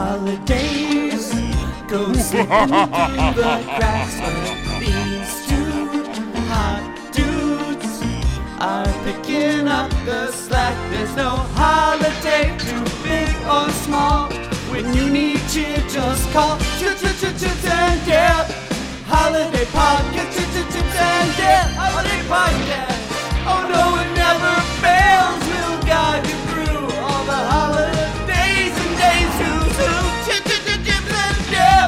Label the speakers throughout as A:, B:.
A: holidays go slipping through the cracks. But these two hot dudes are picking up the slack. There's no holiday too big or small. When you need cheer, just call Ch ch ch ch and yeah. Holiday podcast, ch ch ch and yeah. Holiday podcast. Oh no, it never fails. We'll guide you through all the holidays and days to to ch ch ch ch and yeah.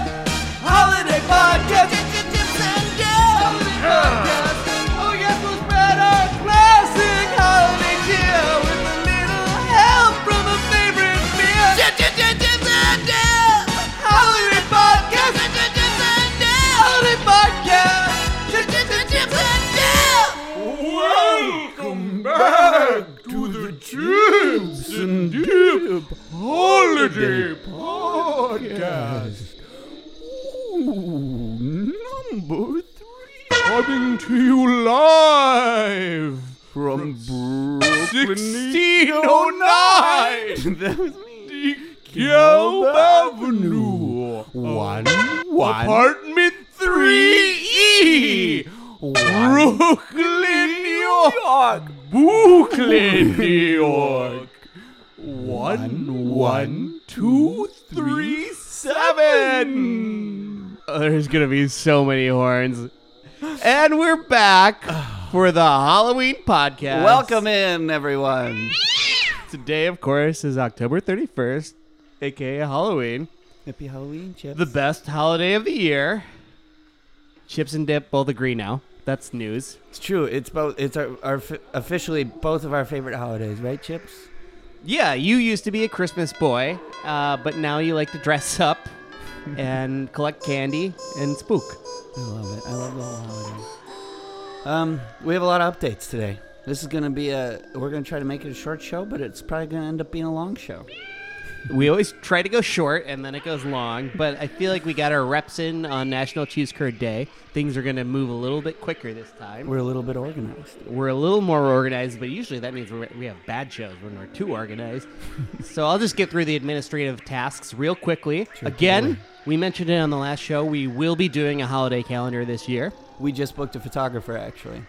A: Holiday podcast, ch ch ch and yeah. Holiday podcast. Oh yes, we'll spread our classic holiday cheer with a little help from a favorite beer. Ch ch ch ch and yeah. Holiday podcast, ch ch ch and yeah. Holiday podcast, ch ch ch ch and yeah.
B: Welcome back to the Chips and Dip Holiday Podcast. Ooh, number three. Coming to you live from Brooklyn, 1609. that was me. Gelb Avenue. One, one. E. Apartment 3E. Brooklyn, New York. Brooklyn, New York. One, one, two, three, seven.
C: Oh, There's gonna be so many horns. And we're back for the Halloween podcast.
A: Welcome in, everyone.
C: Today, of course, is October 31st, aka Halloween,
A: Happy Halloween, Chips.
C: the best holiday of the year. Chips and dip both agree now. That's news.
A: It's true. It's both. It's our, our f- officially both of our favorite holidays, right, Chips?
C: Yeah, you used to be a Christmas boy, uh, but now you like to dress up and collect candy and spook.
A: I love it. I love the whole holiday. Um, we have a lot of updates today. This is gonna be a. We're gonna try to make it a short show, but it's probably gonna end up being a long show.
C: We always try to go short and then it goes long, but I feel like we got our reps in on National Cheese Curd Day. Things are going to move a little bit quicker this time.
A: We're a little bit organized.
C: We're a little more organized, but usually that means we're, we have bad shows when we're too organized. so I'll just get through the administrative tasks real quickly. Again, we mentioned it on the last show. We will be doing a holiday calendar this year.
A: We just booked a photographer, actually.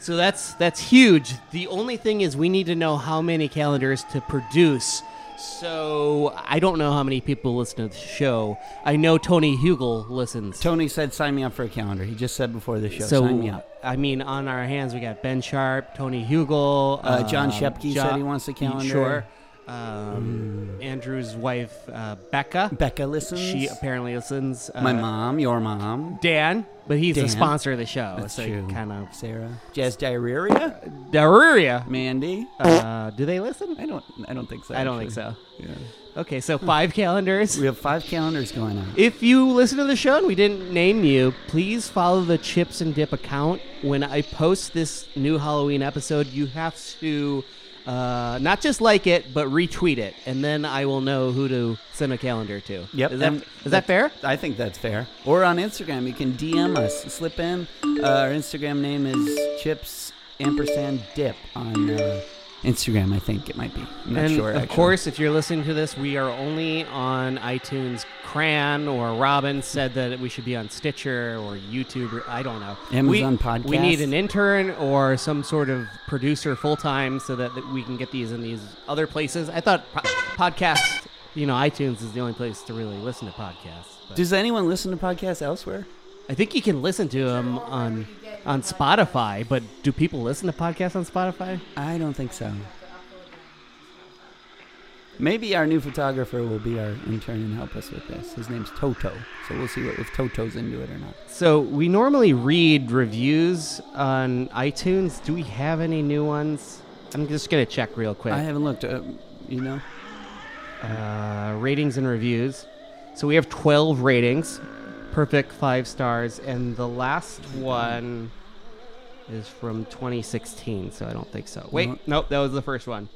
C: So that's that's huge. The only thing is we need to know how many calendars to produce. So I don't know how many people listen to the show. I know Tony Hugel listens.
A: Tony said, "Sign me up for a calendar." He just said before the show,
C: so
A: "Sign me up."
C: I mean, on our hands we got Ben Sharp, Tony Hugel, um,
A: Uh, John Shepke said he wants a calendar. Mm.
C: Sure. Um, Andrew's wife uh, Becca.
A: Becca listens.
C: She apparently listens. Uh,
A: my mom, your mom,
C: Dan, but he's
A: Dan.
C: the sponsor of the show,
A: That's
C: so
A: true.
C: kind of.
A: Sarah, Jazz Diarrhea,
C: Daruria.
A: Mandy.
C: Uh, do they listen?
A: I don't. I don't think so.
C: I don't think
A: actually.
C: so. Okay, so five calendars.
A: We have five calendars going on.
C: If you listen to the show and we didn't name you, please follow the Chips and Dip account. When I post this new Halloween episode, you have to uh, not just like it, but retweet it, and then I will know who to send a calendar to.
A: Yep,
C: Is that,
A: and
C: is that fair?
A: I think that's fair. Or on Instagram, you can DM us, slip in. Uh, our Instagram name is Chips ampersand Dip on uh, Instagram. I think it might be. I'm not
C: and
A: sure.
C: of
A: actually.
C: course, if you're listening to this, we are only on iTunes. Cran or Robin said that we should be on Stitcher or YouTube. Or, I don't know.
A: Amazon
C: we, We
A: Podcast.
C: need an intern or some sort of producer full time so that, that we can get these in these other places. I thought po- podcasts, you know, iTunes is the only place to really listen to podcasts. but-
A: Does anyone listen to podcasts elsewhere?
C: I think you can listen to them on on Spotify, but do people listen to podcasts on Spotify?
A: I don't think so. Maybe our new photographer will be our intern and help us with this. His name's Toto, so we'll see what, if Toto's into it or not.
C: So we normally read reviews on iTunes. Do we have any new ones? I'm just gonna check real quick.
A: I haven't looked. Uh, you know,
C: Uh, ratings and reviews. So we have 12 ratings, perfect five stars, and the last one is from 2016. So I don't think so. Wait,
A: No.
C: nope, that was the first one.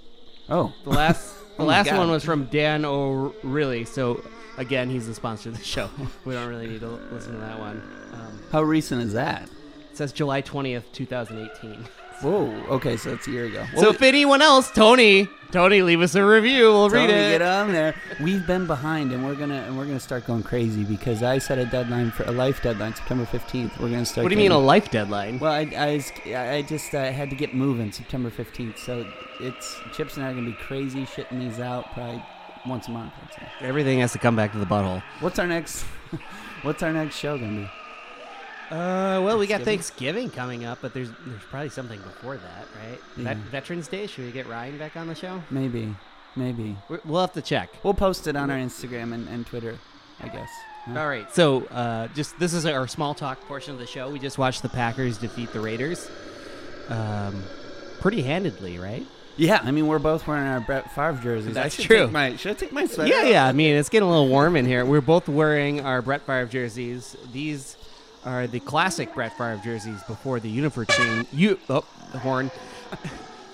A: oh,
C: The last, the
A: Oh my
C: last
A: God.
C: one was from Dan O'Reilly. So again, he's the sponsor of the show. we don't really need to l- listen to that one. Um,
A: how recent is that?
C: it says July 20th, 2018.
A: Whoa. Okay, so it's a year ago.
C: So if anyone else, Tony, Tony, leave us a review. We'll
A: Tony,
C: read it.
A: get on there. We've been behind, and we're gonna and we're gonna start going crazy because I set a deadline for a life deadline, September fifteenth. We're gonna start.
C: What do you mean a
A: getting-
C: life deadline?
A: Well, I, I, was- I just uh, had to get moving September 15th, so it's Chips and I are going to be crazy shitting these out probably once a month. I'd say.
C: Everything has to come back to the butthole.
A: What's our next What's our next show going to be?
C: Uh, well, we got
A: Thanksgiving?
C: Thanksgiving Hmm. coming up, but there's there's probably something before that, right? That
A: Yeah.
C: Veterans Day. Should we get Ryan back on the show?
A: Maybe. Maybe.
C: We're, we'll have to check.
A: We'll post it on our Instagram and, and Twitter, I guess. Huh?
C: All right. So, uh, just this is our small talk portion of the show. We just watched the Packers defeat the Raiders, um, pretty handedly, right?
A: Yeah, I mean, we're both wearing our Brett Favre jerseys. I
C: That's
A: should
C: true.
A: take my- should I take my sweater?
C: Yeah,
A: off?
C: yeah. I mean, it's getting a little warm in here. We're both wearing our Brett Favre jerseys. These are the classic Brett Favre jerseys before the uniform change. You, oh, the horn.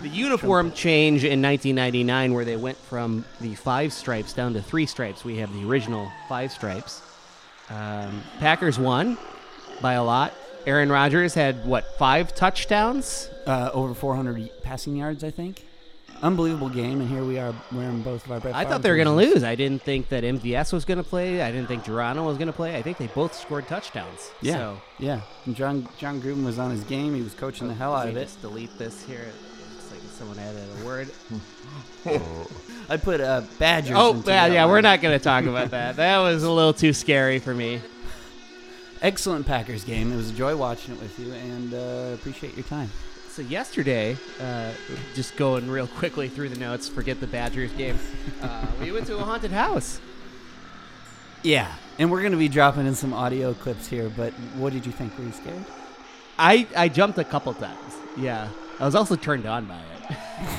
C: The uniform change in 1999, where they went from the five stripes down to three stripes. We have the original five stripes. Um, Packers won by a lot. Aaron Rodgers had what five touchdowns?
A: Uh, over 400 passing yards, I think. Unbelievable game, and here we are wearing both of our Brett
C: I
A: Favre
C: thought they were going to
A: jerseys.
C: lose. I didn't think that MVS was going to play. I didn't think Geronimo was going to play. I think they both scored touchdowns.
A: Yeah,
C: So,
A: yeah. And John John Gruden was on his game. He was coaching the hell out
C: let
A: of
C: me
A: it.
C: just delete this here. It's like someone added a word.
A: I put uh, Badgers.
C: oh,
A: into
C: yeah,
A: that
C: yeah.
A: one.
C: We're not going to talk about that. That was a little too scary for me.
A: Excellent Packers game. It was a joy watching it with you, and uh, appreciate your time.
C: So yesterday, uh, just going real quickly through the notes. Forget the Badgers game. Uh, we went to a haunted house.
A: Yeah, and we're gonna be dropping in some audio clips here. But what did you think? Were you scared?
C: I I jumped a couple times. Yeah. I was also turned on by it.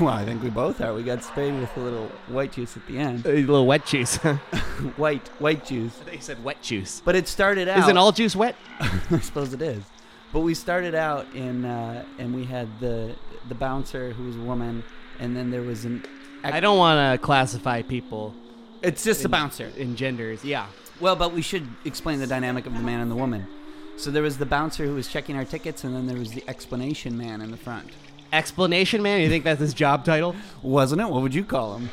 A: well, I think we both are. We got sprayed with a little white juice at the end.
C: A little wet juice. they
A: White white juice.
C: said wet juice.
A: But it started out.
C: Isn't all juice wet?
A: I suppose it is. But we started out in, uh, and we had the the bouncer who was a woman, and then there was an.
C: I don't want to classify people
A: It's just a
C: in-
A: bouncer.
C: in genders. Yeah.
A: Well, but we should explain the dynamic of the man and the woman. So there was the bouncer who was checking our tickets, and then there was the explanation man in the front.
C: Explanation man, you think that's his job title?
A: Wasn't it? What would you call him?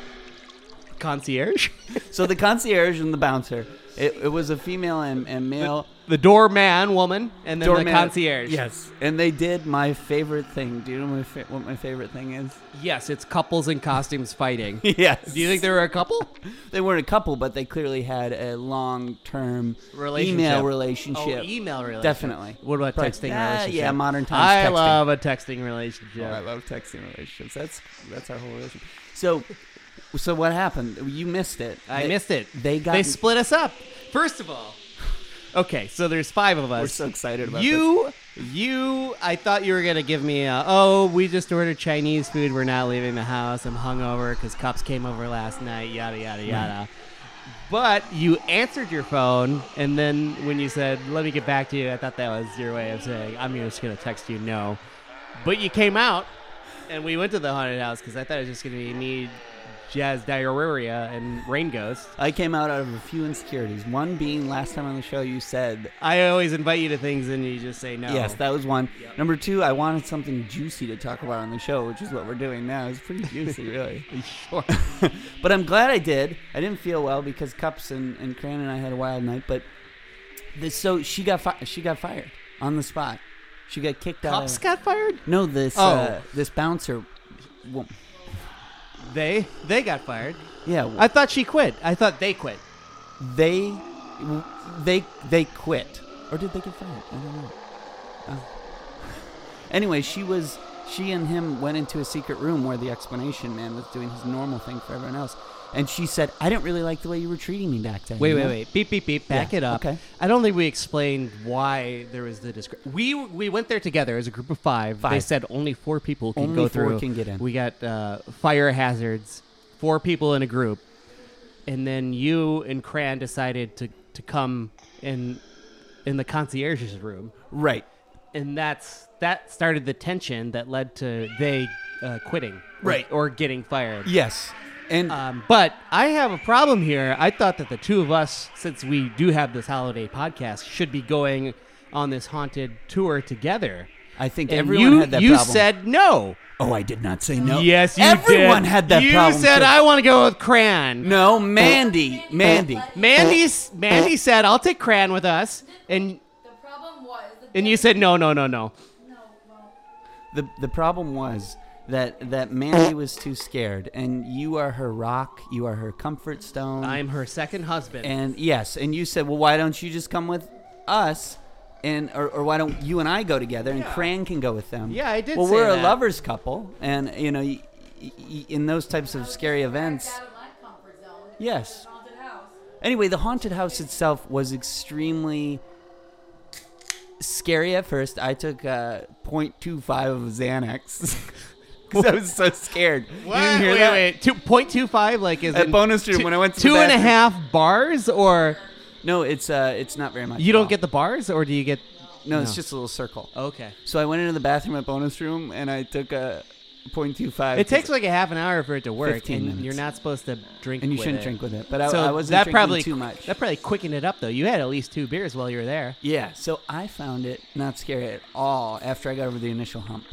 C: Concierge?
A: So the concierge and the bouncer. It, it was a female and, and male
C: the doorman woman and then the
A: doorman-
C: concierge.
A: Yes, and they did my favorite thing. Do you know my fa- what my favorite thing is?
C: Yes, it's couples in costumes fighting.
A: Yes.
C: Do you think they were a couple?
A: they weren't a couple, but they clearly had a long-term
C: Relationship.
A: email relationship?
C: Oh, email relationship.
A: Definitely.
C: What about
A: Probably-
C: texting
A: Ah,
C: relationship?
A: yeah, modern times
C: I
A: texting.
C: love a texting relationship.
A: Oh, I love texting relationships. That's that's our whole relationship. So, so what happened? You missed it.
C: I
A: They-
C: missed it.
A: They got.
C: They split us up. First of all. Okay, so there's five of us.
A: We're so excited about
C: you, you. I thought you were gonna give me a. Oh, we just ordered Chinese food. We're not leaving the house. I'm hungover because cops came over last night. Yada yada
A: Hmm.
C: yada. But you answered your phone, and then when you said, "Let me get back to you," I thought that was your way of saying, "I'm just gonna text you." No, but you came out, and we went to the haunted house because I thought it was just gonna be me, Jazz Diarrhea, and Rain Ghost.
A: I came out out of a few insecurities. One being last time on the show, you said
C: I always invite you to things, and you just say no.
A: yes, that was one. Number two, I wanted something juicy to talk about on the show, which is what we're doing now. It's pretty juicy, really.
C: sure.
A: but I'm glad I did. I didn't feel well because Cups and and Cran and I had a wild night. But this, so she got fi- she got fired on the spot. She got kicked out.
C: Cops
A: of-
C: got fired.
A: No, this
C: Oh.
A: uh, this bouncer. Well,
C: They they got fired.
A: yeah,
C: I thought she quit. I thought they quit.
A: they they they quit, or did they get fired? I don't know. Oh. Anyway, she was she and him went into a secret room where the explanation man was doing his normal thing for everyone else, and she said, "I didn't really like the way you were treating me back then."
C: Wait,
A: you
C: wait,
A: know?
C: wait. Beep, beep, beep. Back
A: Yeah,
C: it up.
A: okay.
C: I don't think we explained why there was the discre- We we went there together as a group of five. They
A: Five.
C: said only four people can
A: Only
C: go
A: four
C: through.
A: can get in.
C: We got uh, fire hazards. Four people in a group, and then you and Cran decided to to come in in the concierge's room,
A: Right,
C: and that's that started the tension that led to they uh, quitting, or-
A: Right.
C: or getting fired.
A: yes, and
C: Um, but I have a problem here. I thought that the two of us, since we do have this holiday podcast, should be going on this haunted tour together.
A: I think
C: And
A: everyone
C: you,
A: had that
C: you
A: problem.
C: said no.
A: "Oh, I did not say no."
D: Yes, you
A: everyone
D: did.
A: had that
C: you
A: problem.
C: said
A: too.
C: I Oh. want to go with Cran.
A: No, Mandy, Mandy.
C: Mandy's Mandy said I'll take Cran with us, and
E: The problem was the
C: and you said no, no, no, no.
E: no, well,
A: The the problem was that that Mandy was too scared, and you are her rock. You are her comfort stone.
C: I'm her second husband.
A: And yes, and you said, well, why don't you just come with us? And or, or why don't you and I go together and Cran can go with them?
C: Yeah, I did
A: Well,
C: say
A: we're a
C: that.
A: lovers couple, and you know, y- y- y- in those types of scary events.
E: out of my comfort zone.
A: Yes.
E: Haunted house.
A: Anyway, the haunted house itself was extremely scary at first. I took uh, 0.25 of Xanax because I was so scared. You
C: What?
A: didn't hear
C: wait,
A: that?
C: wait, two point two five, like is
A: At
C: it
A: bonus room
C: two-
A: when I went to the
C: two and a
A: bathroom.
C: half bars, or
A: No, it's uh, it's not very much.
C: you
A: at
C: don't
A: all.
C: get the bars, or do you get?
A: No, it's
C: no.
A: just a little circle.
C: Okay.
A: So I went into the bathroom at bonus room and I took uh, a 0.25.
C: It takes like a half an hour for it to work,
A: 15
C: and
A: minutes.
C: you're not supposed to drink.
A: and you
C: with
A: shouldn't
C: it.
A: drink with it, but I,
C: so
A: I wasn't
C: that
A: drinking
C: probably
A: too much.
C: That probably quickened it up though. You had at least two beers while you were there.
A: yeah, so I found it not scary at all after I got over the initial hump.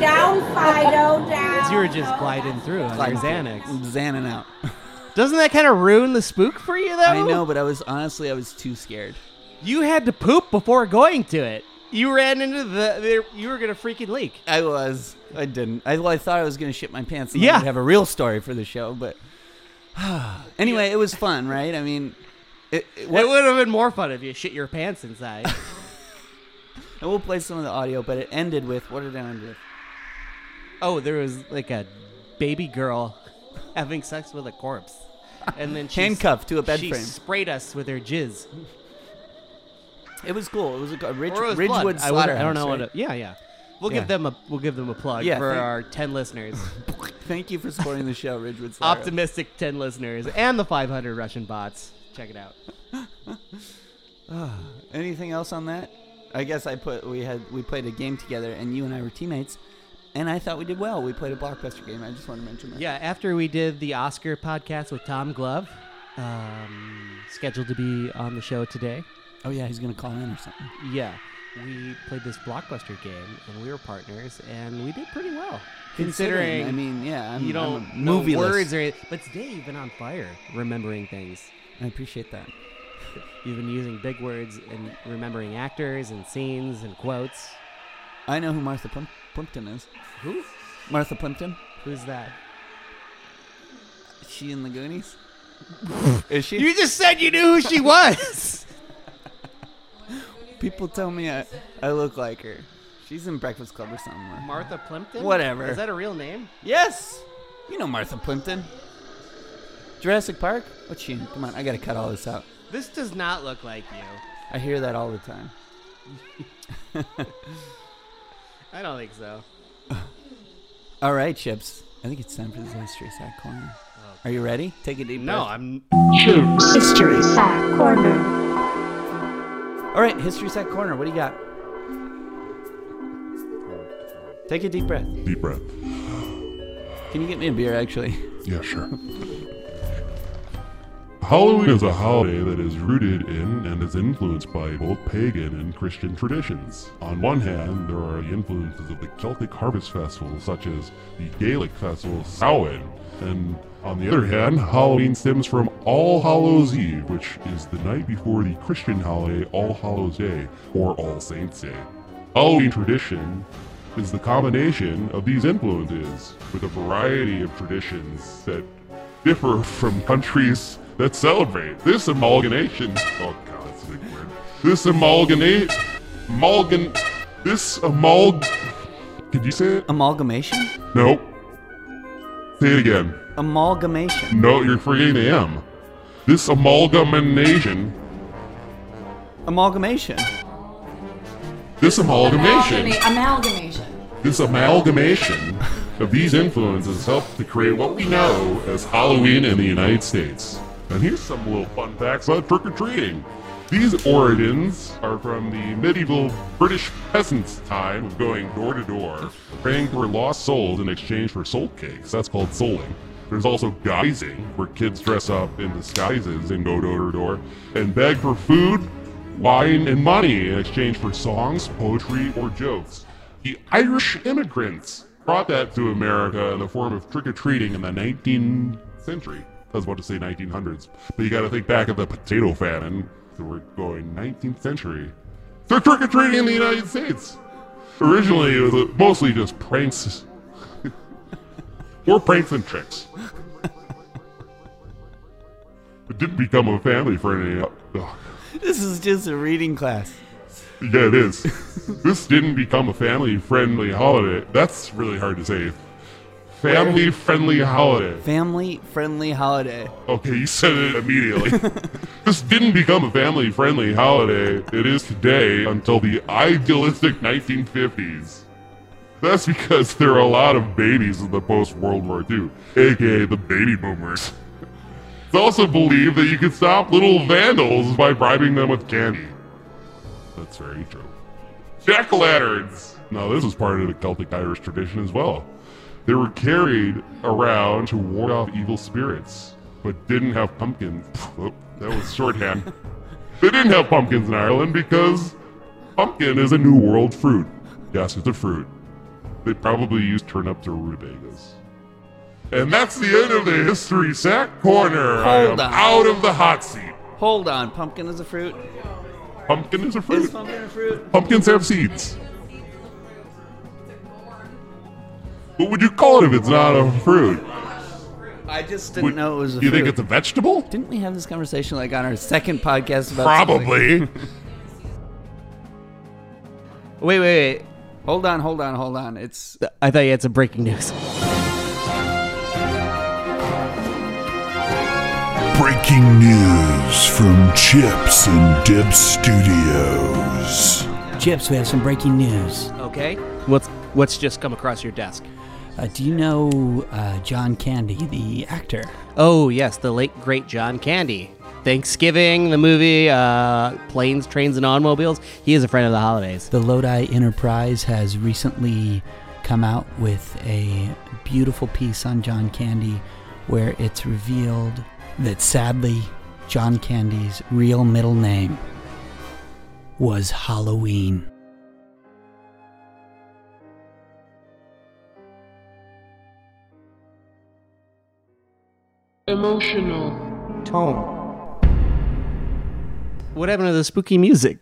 F: Down Fido, down.
C: You were just gliding through on your Xanax.
A: Xanin out.
C: Doesn't that kind of ruin the spook for you though?
A: I know, but I was honestly I was too scared.
C: You had to poop before going to it. You ran into the. You were gonna freaking leak.
A: I was. I didn't. I, well, I thought I was going to shit my pants. And
C: Yeah.
A: yeah. I'd have a real story for the show, but anyway, it was fun, right? I mean, it, it- what-
C: It would have been more fun if you shit your pants inside.
A: and we'll play some of the audio, but it ended with what did it end with?
C: Oh, there was like a baby girl having sex with a corpse, and then she s-
A: Handcuffed to a bed
C: she
A: frame.
C: sprayed us with her jizz.
A: It was cool. It was a, a Ridge,
C: Or it
A: Ridgewood
C: was blood. I, would-
A: slaughterhouse.
C: I don't know
A: right?
C: what. It, yeah, yeah. We'll
A: Yeah.
C: give them a we'll give them a plug
A: Yeah,
C: for
A: thank-
C: our ten listeners,
A: Thank you for supporting the show, Ridgewood Slaughterhouse.
C: optimistic ten listeners, and the 500 Russian bots. Check it out.
A: Anything else on that? I guess I put we had we played a game together, and you and I were teammates, and I thought we did well. We played a blockbuster game. I just want to mention that.
C: Yeah, after we did the Oscar podcast with Tom Glove, um, scheduled to be on the show today.
A: Oh yeah, he's gonna call in or something.
C: Yeah, we played this blockbuster game, and we were partners, and we did pretty well
A: I mean, yeah, I'm,
C: you
A: I'm
C: don't
A: a
C: know
A: movieless.
C: words or anything. But today you've been on fire remembering things.
A: I appreciate that.
C: You've been using big words and remembering actors and scenes and quotes.
A: I know who Martha Plump- Plimpton is.
C: Who?
A: Martha Plimpton?
C: Who's that?
A: Is she in the Goonies? is she?
C: You just said you knew who she was.
A: People tell me I, I look like her. She's in Breakfast Club or something. right?
C: Martha Plimpton.
A: Whatever.
C: Is that a real name?
A: yes, you know Martha Plimpton. Jurassic Park? What's she in? Come on, I gotta cut all this out.
C: This does not look like you.
A: I hear that all the time.
C: I don't think so.
A: All right, Chips. I think it's time for this history sack corner. Are you ready? Take a deep
C: Oh. No,
A: breath.
C: I'm.
G: Chips History Sack Corner.
A: All right, history sack corner. What do you got? Take a deep breath.
D: Deep breath.
A: Can you get me a beer, actually?
D: Yeah, sure. Halloween is a holiday that is rooted in and is influenced by both pagan and Christian traditions. On one hand, there are the influences of the Celtic harvest festivals, such as the Gaelic festival Samhain, and on the other hand, Halloween stems from All Hallows Eve, which is the night before the Christian holiday All Hallows Day or All Saints Day. Halloween tradition is the combination of these influences with a variety of traditions that differ from countries that celebrate. This amalgamation. Oh God, that's a big word. This amalgamate, amalgam, this amalg. Did you say it?
A: Amalgamation?
D: Nope. Say it again.
A: Amalgamation.
D: No, you're forgetting the M. This amalgamation.
A: Amalgamation.
D: This amalgamation.
E: Amalgama- Amalgamation.
D: This amalgamation of these influences helped to create what we know as Halloween in the United States. And here's some little fun facts about trick or treating. These origins are from the medieval British peasants' time of going door to door, praying for lost souls in exchange for soul cakes. That's called souling. There's also guising, where kids dress up in disguises and go door to door and beg for food, wine, and money in exchange for songs, poetry, or jokes. The Irish immigrants brought that to America in the form of trick or treating in the 19th century. I was about to say 1900s, but you gotta think back of the potato famine. So we're going 19th century. They're trick or treating in the United States! Originally, it was uh, mostly just pranks. More pranks than tricks. It didn't become a family friendly. uh,
A: This is just a reading class.
D: Yeah, it is. this didn't become a family friendly holiday. That's really hard to say. Family friendly holiday.
A: Family friendly holiday.
D: Okay, you said it immediately. this didn't become a family friendly holiday. It is today until the idealistic 1950s. That's because there are a lot of babies in the post World War II, aka the baby boomers. It's also believed that you can stop little vandals by bribing them with candy. That's very true. Jack o' lanterns! Now, this was part of the Celtic Irish tradition as well. They were carried around to ward off evil spirits, but didn't have pumpkins. Oh, that was shorthand. they didn't have pumpkins in Ireland because pumpkin is a New World fruit. Yes, it's a fruit. They probably used turnips or rutabagas. And that's the end of the History Sack Corner. I am
A: Hold on.
D: out of the hot seat.
A: Hold on, pumpkin is a fruit.
D: Pumpkin is a
A: Is
D: fruit.
A: pumpkin a fruit?
D: Pumpkins have seeds. What would you call it if it's not a fruit?
A: I just didn't
D: Would-
A: know it was a
D: you
A: fruit.
D: think it's a vegetable?
A: Didn't we have this conversation like on our second podcast about something?
D: Probably.
A: Wait, wait, wait. Hold on, hold on, hold on. It's
C: I thought you had some breaking news.
H: Breaking news from Chips and Dip Studios.
I: Chips, we have some breaking news.
C: Okay. What's what's just come across your desk?
I: Uh, do you know uh, John Candy, the actor?
C: Oh yes, the late great John Candy. Thanksgiving, the movie, uh, planes, trains, and automobiles. He is a friend of the holidays.
I: The Lodi Enterprise has recently come out with a beautiful piece on John Candy where it's revealed that sadly, John Candy's real middle name was Halloween.
J: Emotional.
C: Tone. What happened to the spooky music?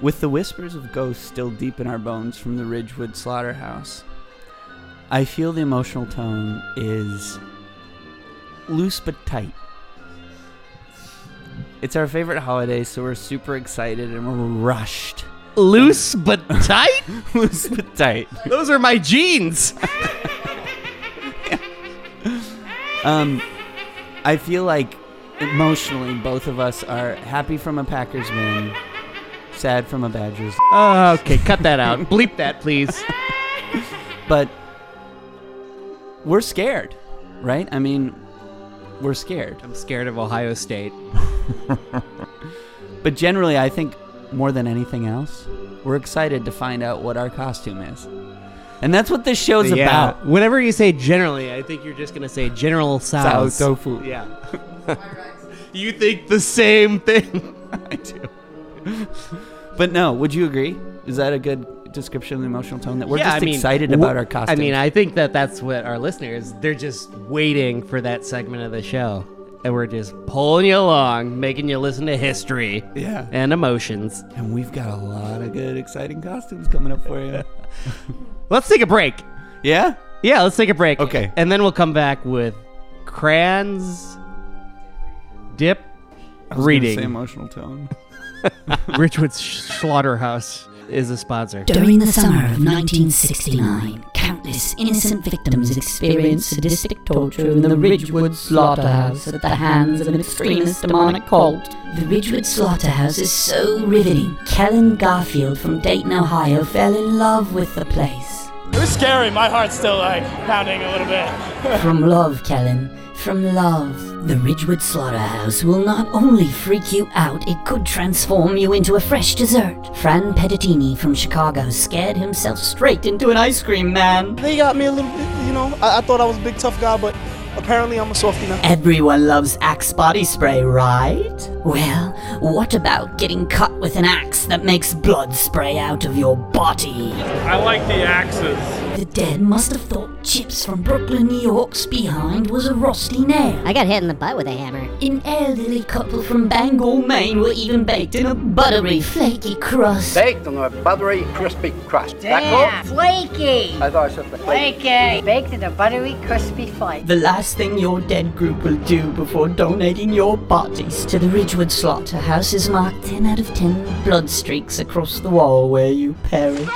A: with the whispers of ghosts still deep in our bones from the Ridgewood slaughterhouse. I feel the emotional tone is loose but tight. It's our favorite holiday, so we're super excited and we're rushed.
C: Loose but tight.
A: loose but tight.
C: Those are my jeans.
A: Um, I feel like emotionally, both of us are happy from a Packers win, sad from a Badgers,
C: Oh, okay, cut that out. Bleep that, please.
A: but we're scared, right? I mean, we're scared.
C: I'm scared of Ohio State.
A: But generally, I think more than anything else, we're excited to find out what our costume is. And that's what this show's about.
C: Whenever you say generally, I think you're just gonna say General Tso's.
A: Sour tofu.
C: Yeah. you think the same thing.
A: I do. but no, would you agree? Is that a good description of the emotional tone that we're
C: Yeah,
A: just
C: I mean,
A: excited
C: w-
A: about our costume?
C: I mean, I think that that's what our listeners, they're just waiting for that segment of the show. And we're just pulling you along, making you listen to history
A: yeah.
C: and emotions.
A: And we've got a lot of good, exciting costumes coming up for you.
C: Let's take a break.
A: yeah?
C: Yeah, let's take a break.
A: Okay.
C: And then we'll come back with Crayons Dip
A: Say
C: Reading.
A: emotional tone.
C: Richwood's Slaughterhouse is a sponsor.
K: During the summer of 1969, countless innocent victims experienced sadistic torture in the Ridgewood Slaughterhouse at the hands of an extremist demonic cult. The Ridgewood Slaughterhouse is so riveting. Kellen Garfield from Dayton, Ohio fell in love with the place.
J: It was scary. My heart's still like pounding a little bit.
K: From love, Kellen, from love. The Ridgewood Slaughterhouse will not only freak you out, it could transform you into a fresh dessert. Fran Pettitini from Chicago scared himself straight into an ice cream man.
L: They got me a little bit, you know. I, I thought I was a big tough guy, but apparently I'm a softie now.
K: Everyone loves Axe body spray, right? Well, what about getting cut with an axe that makes blood spray out of your body? I like the axes. The dead must have thought Chips from Brooklyn, New York's behind was a rusty nail.
G: I got hit in the butt with a hammer.
K: An elderly couple from Bangor, Maine were even baked in a buttery, flaky crust.
M: Baked on a buttery, crispy crust.
N: Damn, flaky!
M: I thought I said flaky.
N: Flaky! Baked in a buttery, crispy flake.
K: The last thing your dead group will do before donating your bodies to the Ridgewood Slaughterhouse is marked 10 out of 10 blood streaks across the wall where you perish.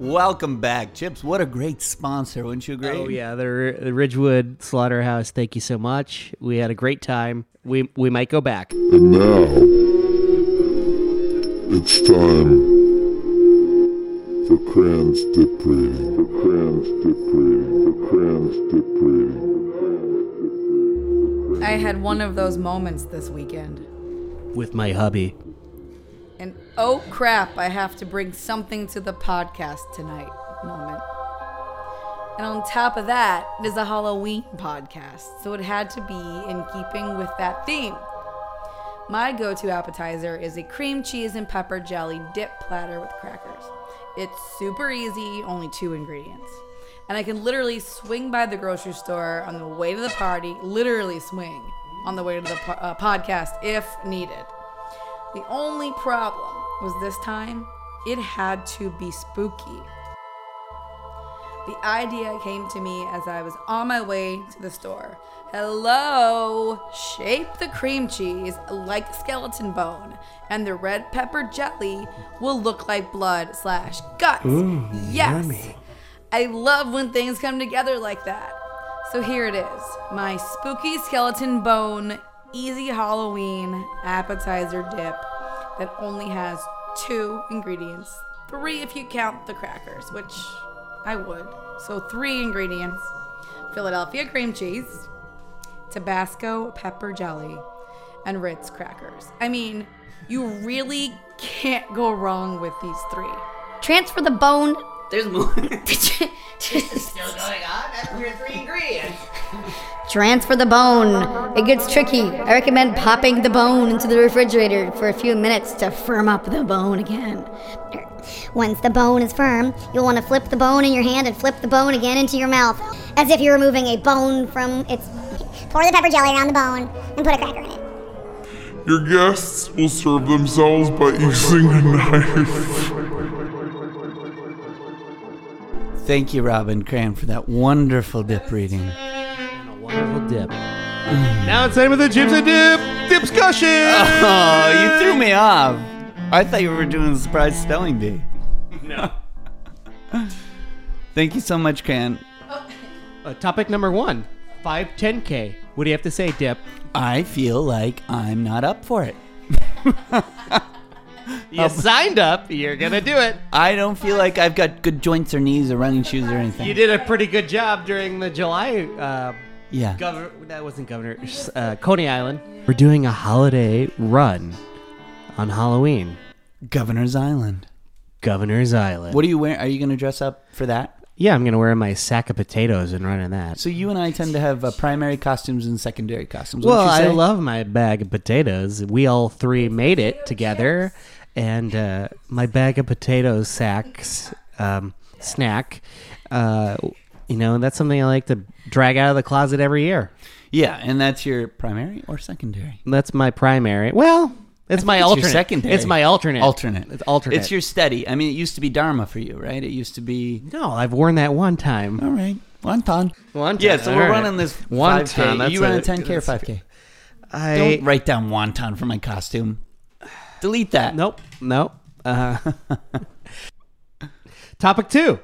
O: Welcome back, Chips. What a great sponsor, wouldn't you agree?
C: Oh yeah, the, R- the Ridgewood Slaughterhouse. Thank you so much. We had a great time. We we might go back.
D: And now it's time for Cran's dip reading. For Cran's dip reading. For Cran's dip reading.
E: I had one of those moments this weekend.
C: With my hubby.
E: And oh crap, I have to bring something to the podcast tonight moment. And on top of that, it is a Halloween podcast, so it had to be in keeping with that theme. My go to appetizer is a cream cheese and pepper jelly dip platter with crackers. It's super easy, only two ingredients. And I can literally swing by the grocery store on the way to the party, literally swing on the way to the po- uh, podcast if needed. The only problem was this time, it had to be spooky. The idea came to me as I was on my way to the store. Hello! Shape the cream cheese like skeleton bone, and the red pepper jelly will look like blood slash guts.
O: Ooh,
E: yes!
O: yummy.
E: I love when things come together like that. So here it is my spooky skeleton bone, easy Halloween appetizer dip that only has two ingredients. Three if you count the crackers, which I would. So, three ingredients Philadelphia cream cheese, Tabasco pepper jelly, and Ritz crackers. I mean, you really can't go wrong with these three.
G: Transfer the bone.
N: There's more. Still going on? That's your three ingredients.
G: Transfer the bone. It gets tricky. I recommend popping the bone into the refrigerator for a few minutes to firm up the bone again.
P: Once the bone is firm, you'll want to flip the bone in your hand and flip the bone again into your mouth, as if you're removing a bone from its.
Q: Pour the pepper jelly around the bone and put a cracker in it.
D: Your guests will serve themselves by using a knife.
A: Thank you, Robin Cram, for that wonderful dip reading.
C: Wonderful dip. Now it's time for the chips and dip discussion. Uh,
A: Oh, you threw me off. I thought you were doing a surprise spelling bee.
C: No.
A: Thank you so much, Cran.
C: Uh, topic number one: five ten k. What do you have to say, Dip?
A: I feel like I'm not up for it.
C: You signed up. You're gonna do it.
A: I don't feel like I've got good joints or knees or running shoes or anything.
C: You did a pretty good job during the July. Uh,
A: Yeah.
C: Governor, that wasn't Governor. Uh, Coney Island. We're doing a holiday run on Halloween.
A: Governor's Island.
C: Governor's Island.
A: What are you wearing? Are you going to dress up for that?
C: Yeah, I'm gonna wear my sack of potatoes and run in that.
A: So you and I tend to have uh, primary costumes and secondary costumes.
C: Well,
A: wouldn't you
C: I
A: say?
C: love my bag of potatoes. We all three made it together, and uh, my bag of potato sacks um, snack. Uh, you know, that's something I like to drag out of the closet every year.
A: Yeah, and that's your primary or secondary.
C: That's my primary. Well, it's my
A: It's your
C: alternate.
A: secondary.
C: It's my alternate.
A: Alternate.
C: It's alternate.
A: It's your steady. I mean, it used to be Dharma for you, right? It used to be.
C: No, I've worn that one time.
A: All right, wonton.
C: Wonton,
A: Yeah, so we're
C: all right.
A: running this
C: Wonton,
A: 5K.
C: that's
A: you run a
C: it.
A: 10k or 5k.
C: I
A: Don't write down wonton for my costume. Delete that.
C: Nope. Nope. Uh, topic two.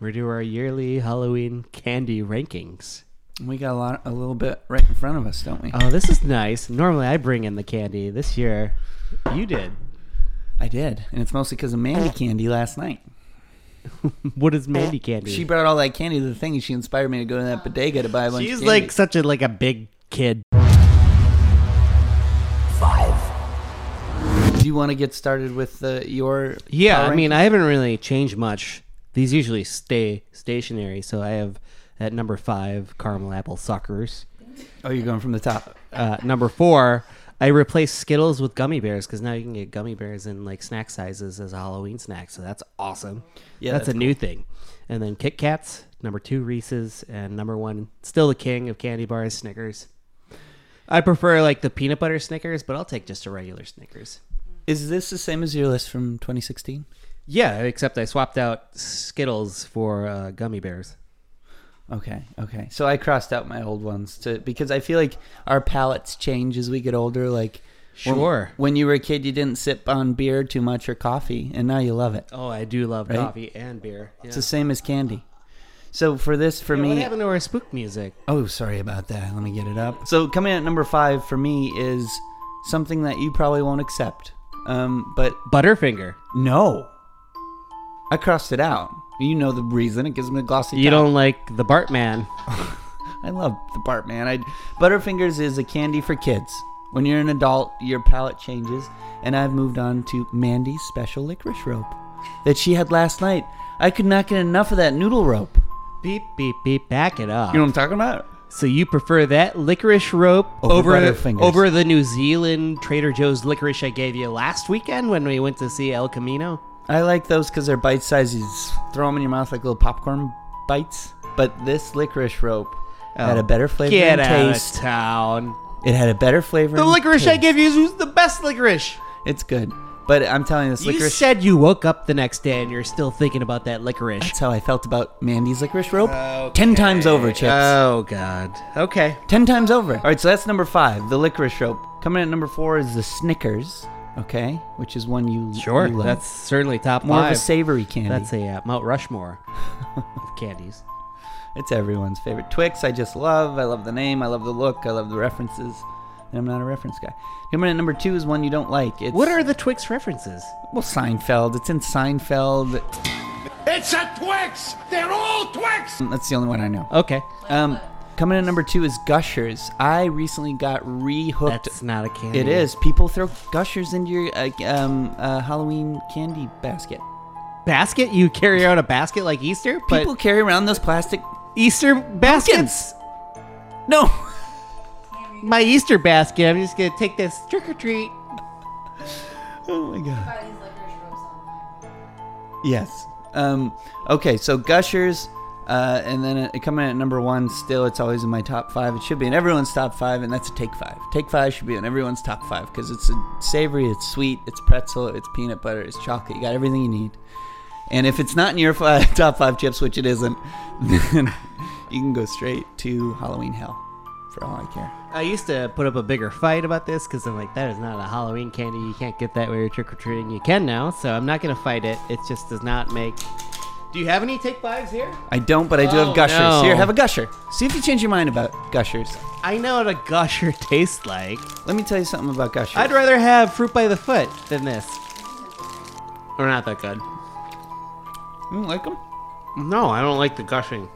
C: We do our yearly Halloween candy rankings.
A: We got a lot, a little bit right in front of us, don't we?
C: Oh, this is nice. Normally I bring in the candy. This year, you did.
A: I did, and it's mostly because of Mandy Candy last night.
C: what is Mandy candy?
A: She brought all that candy to the thing, and she inspired me to go to that bodega to buy a bunch.
C: She's
A: of candy.
C: like such a like a big kid.
A: Do you want to get started with uh, your?
C: Yeah,
A: power
C: I mean,
A: ranking?
C: I haven't really changed much. These usually stay stationary, so I have at number five caramel apple suckers.
A: Oh, you're going from the top.
C: Uh, number four, I replaced Skittles with gummy bears because now you can get gummy bears in like snack sizes as a Halloween snack, so that's awesome.
A: Yeah,
C: that's,
A: that's
C: a new thing. And then Kit Kats, number two Reese's, and number one, still the king of candy bars, Snickers. I prefer like the peanut butter Snickers, but I'll take just a regular Snickers.
A: Is this the same as your list from 2016?
C: Yeah, except I swapped out Skittles for uh, gummy bears.
A: Okay, okay. So I crossed out my old ones to because I feel like our palates change as we get older. Like, when-
C: Sure.
A: When, you were a kid, you didn't sip on beer too much or coffee, and now you love it.
C: Oh, I do love
A: Right?
C: coffee and beer.
A: It's the same as candy. So for this, for
C: Yeah,
A: me,
C: what happened to our spook music?
A: Oh, sorry about that. Let me get it up. So coming in at number five for me is something that you probably won't accept. Um, but
C: Butterfinger.
A: No, I crossed it out. You know the reason. It gives me a glossy.
C: You
A: top.
C: don't like the Bartman.
A: I love the Bartman. I Butterfingers is a candy for kids. When you're an adult, your palate changes, and I've moved on to Mandy's special licorice rope that she had last night. I could not get enough of that noodle rope.
C: Beep beep beep. Back it up.
A: You know what I'm talking about?
C: So you prefer that licorice rope
A: Over
C: over
A: Butterfingers.
C: over the New Zealand Trader Joe's licorice I gave you last weekend when we went to see El Camino?
A: I like those because they're bite sized. You just throw them in your mouth like little popcorn bites. But this licorice rope had a better flavor
C: Oh.
A: and
C: Get out
A: taste.
C: of town.
A: It had a better flavor.
C: The
A: and
C: licorice I
A: taste.
C: gave you is the best licorice.
A: It's good. But I'm telling you, this
C: You
A: licorice.
C: said you woke up the next day and you're still thinking about that licorice.
A: that's how I felt about Mandy's licorice rope. Ten times over, Chips.
C: Oh God. Okay.
A: Ten times over. All right, so that's number five, the licorice rope. Coming in at number four is the Snickers. Okay, which is one you
C: Sure,
A: you love.
C: that's certainly top
A: more of a
C: five.
A: savory candy.
C: That's a uh, Mount Rushmore of candies.
A: It's everyone's favorite. Twix, I just love. I love the name. I love the look. I love the references. And I'm not a reference guy. Coming in at number two is one you don't like. It's,
C: What are the Twix references?
A: Well, Seinfeld. It's in Seinfeld.
D: It's a Twix! They're all Twix!
A: That's the only one I know.
C: Okay.
A: Um, coming in at number two is Gushers. I recently got rehooked.
C: That's not a candy.
A: It is. People throw Gushers into your uh, um, uh, Halloween candy basket.
C: basket. You carry out a basket like Easter, but
A: People carry around those plastic.
C: Easter baskets.
A: No.
C: My Easter basket. I'm just gonna take this trick or treat.
A: Oh my god. Yes. Um, okay, so Gushers, uh, and then it, coming in at number one, still, it's always in my top five. It should be in everyone's top five, and that's a take five. Take five should be in everyone's top five because it's a savory, it's sweet, it's pretzel, it's peanut butter, it's chocolate. You got everything you need. And if it's not in your five, top five chips, which it isn't, then you can go straight to Halloween Hell for all I care.
C: I used to put up a bigger fight about this because I'm like, that is not a Halloween candy. You can't get that when you're trick or treating. You can now, so I'm not gonna fight it. It just does not make. Do you have any take fives here?
A: I don't, but I do
C: Oh,
A: have Gushers.
C: no.
A: Here, have a Gusher. See if you change your mind about Gushers.
C: I know what a gusher tastes like.
A: Let me tell you something about Gushers.
C: I'd rather have fruit by the foot than this. They're not that good.
A: You like them?
C: No, I don't like the gushing.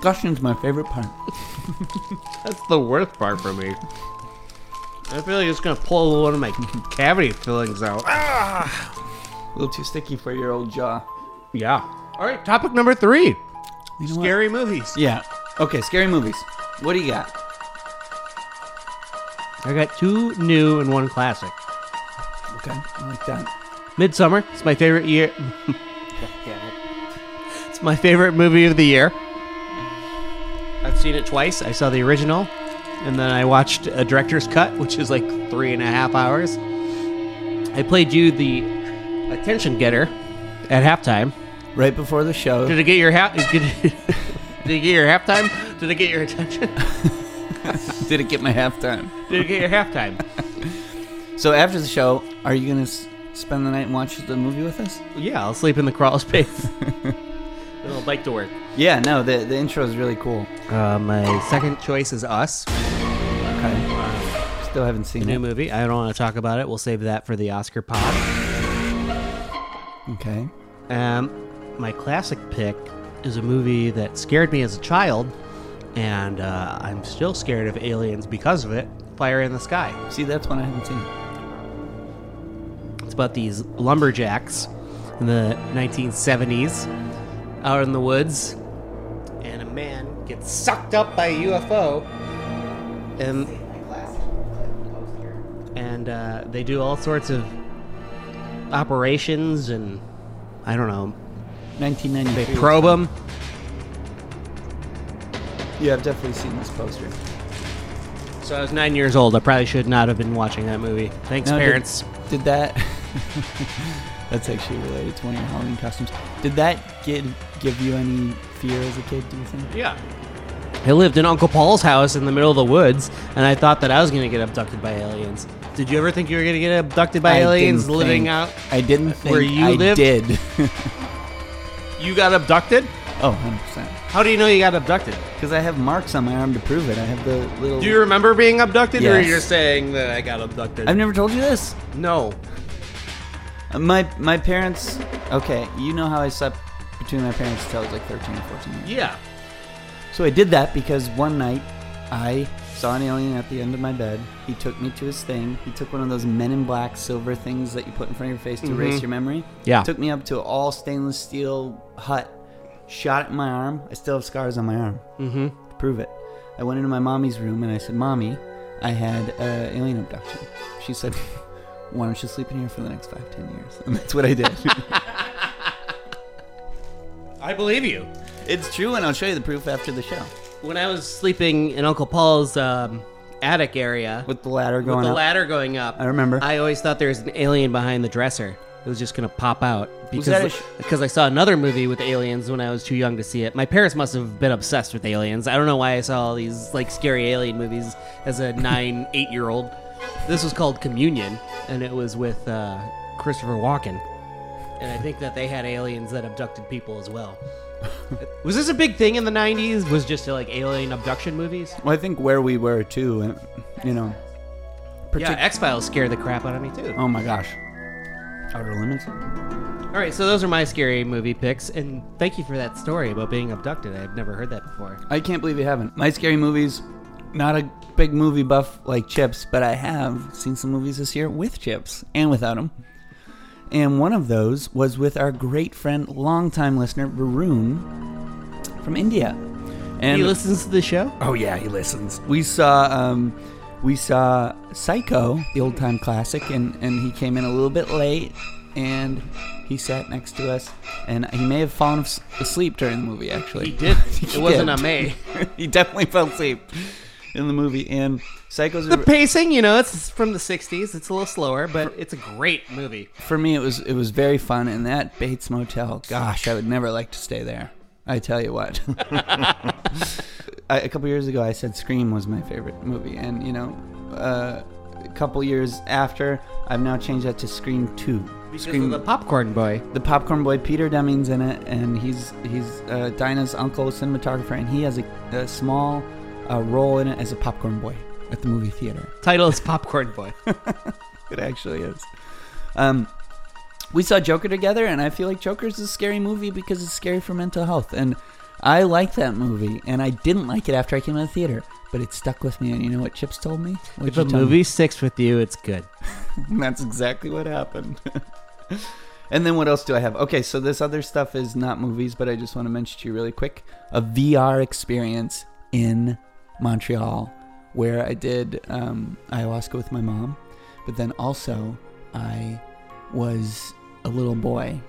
A: Gushing's my favorite part.
C: That's the worst part for me. I feel like it's gonna pull one of my cavity fillings out. Ah!
A: A little too sticky for your old jaw.
C: Yeah. All right, topic number three.
A: You know what?
C: Scary movies.
A: Yeah. Okay, scary movies. What do you got?
C: I got two new and one classic.
A: Okay, I like that.
C: Midsummer. It's my favorite year. it's my favorite movie of the year. I've seen it twice. I saw the original, and then I watched a director's cut, which is like three and a half hours. I played you the attention getter at halftime.
A: Right before the show,
C: Did I get your half? Did, did I get your halftime? Did I get your attention?
A: did it get my halftime?
C: Did I get your halftime?
A: So after the show, are you gonna s- spend the night and watch the movie with us?
C: Yeah, I'll sleep in the crawl space. then I'll bike to work.
A: Yeah. No, the the intro is really cool.
C: Uh, my second choice is Us,
A: Okay. Still haven't seen
C: the new
A: it.
C: movie. I don't want to talk about it. We'll save that for the Oscar pod.
A: Okay.
C: Um, my classic pick is a movie that scared me as a child, and uh, I'm still scared of aliens because of it. Fire in the Sky.
A: See, that's one I haven't seen.
C: It's about these lumberjacks in the 1970s out in the woods, and a man gets sucked up by a UFO, and and uh, they do all sorts of operations and I don't know.
A: 1993.
C: They probe them.
A: Yeah, I've definitely seen this poster.
C: So I was nine years old. I probably should not have been watching that movie. Thanks,
A: Now, did-
C: parents.
A: Did, that? that's actually related to one of your Halloween costumes. Did that get give you any fear as a kid? Do you think?
C: Yeah. I lived in Uncle Paul's house in the middle of the woods, and I thought that I was going to get abducted by aliens. Did you ever think you were going to get abducted by
A: I
C: aliens
A: didn't
C: living
A: think-
C: out?
A: I didn't think
C: where you
A: I
C: lived?
A: did.
C: You got abducted?
A: oh, 100%.
C: How do you know you got abducted?
A: Because I have marks on my arm to prove it. I have the little.
C: Do you remember being abducted, or
A: Yes.
C: you're saying that I got abducted?
A: I've never told you this. Uh,
C: No.
A: My my parents. Okay, you know how I slept between my parents until I was like 13 or 14 years.
C: Yeah.
A: So I did that because one night I saw an alien at the end of my bed. He took me to his thing. He took one of those Men in Black silver things that you put in front of your face to
C: Mhm.
A: erase your memory.
C: Yeah.
A: Took me up to an all stainless steel hut. Shot at my arm. I still have scars on my arm.
C: Mm-hmm.
A: To prove it. I went into my mommy's room and I said, "Mommy, I had an alien abduction." She said, "Why don't you sleep in here for the next five, ten years?" And that's what I did.
C: I believe you.
A: it's true, and I'll show you the proof after the show.
C: When I was sleeping in Uncle Paul's um, attic area
A: with the ladder
C: with
A: going
C: the
A: up.
C: ladder going up,
A: I remember.
C: I always thought there was an alien behind the dresser. It was just gonna pop out
A: Was that a
C: because
A: sh-
C: because I saw another movie with aliens when I was too young to see it. My parents must have been obsessed with aliens. I don't know why I saw all these like scary alien movies as a nine eight year old. This was called Communion, and it was with uh, Christopher Walken. And I think that they had aliens that abducted people as well. was this a big thing in the '90s? Was just like alien abduction movies?
A: Well, I think where we were too, and you know,
C: yeah, X Files scared the crap out of me too.
A: oh my gosh, Outer Limits.
C: All right, so those are my scary movie picks, and thank you for that story about being abducted. I've never heard that before.
A: I can't believe you haven't. My scary movies, not a big movie buff like Chips, but I have seen some movies this year with Chips and without him. And one of those was with our great friend, longtime listener, Varun from India. And
C: he listens to the show.
A: Oh yeah, he listens. We saw um, we saw Psycho, the old time classic, and and he came in a little bit late, and he sat next to us, and he may have fallen as- asleep during the movie. Actually,
C: He did. It wasn't a may.
A: he definitely fell asleep in the movie, and Psycho's
C: The pacing, you know, it's from the '60s. It's a little slower, but it's a great movie.
A: for me it was it was very fun and that Bates Motel gosh I would never like to stay there I tell you what I, a couple years ago I said Scream was my favorite movie and you know uh, a couple years after I've now changed that to Scream 2
C: Because
A: Scream
C: of the popcorn boy.
A: the popcorn boy Peter Deming's in it, and he's he's uh, Dinah's uncle, cinematographer, and he has a, a small uh, role in it as a popcorn boy at the movie theater.
C: Title is Popcorn Boy.
A: it actually is. Um, we saw Joker together, and I feel like Joker's a scary movie because it's scary for mental health, and I like that movie, and I didn't like it after I came out of the theater, but it stuck with me, and you know what Chips told me? What'd
C: if a
A: you tell me?
C: movie sticks with you, it's good.
A: That's exactly what happened. and then what else do I have? Okay, so this other stuff is not movies, but I just want to mention to you really quick a VR experience in Montreal where I did um, ayahuasca with my mom, but then also I was a little boy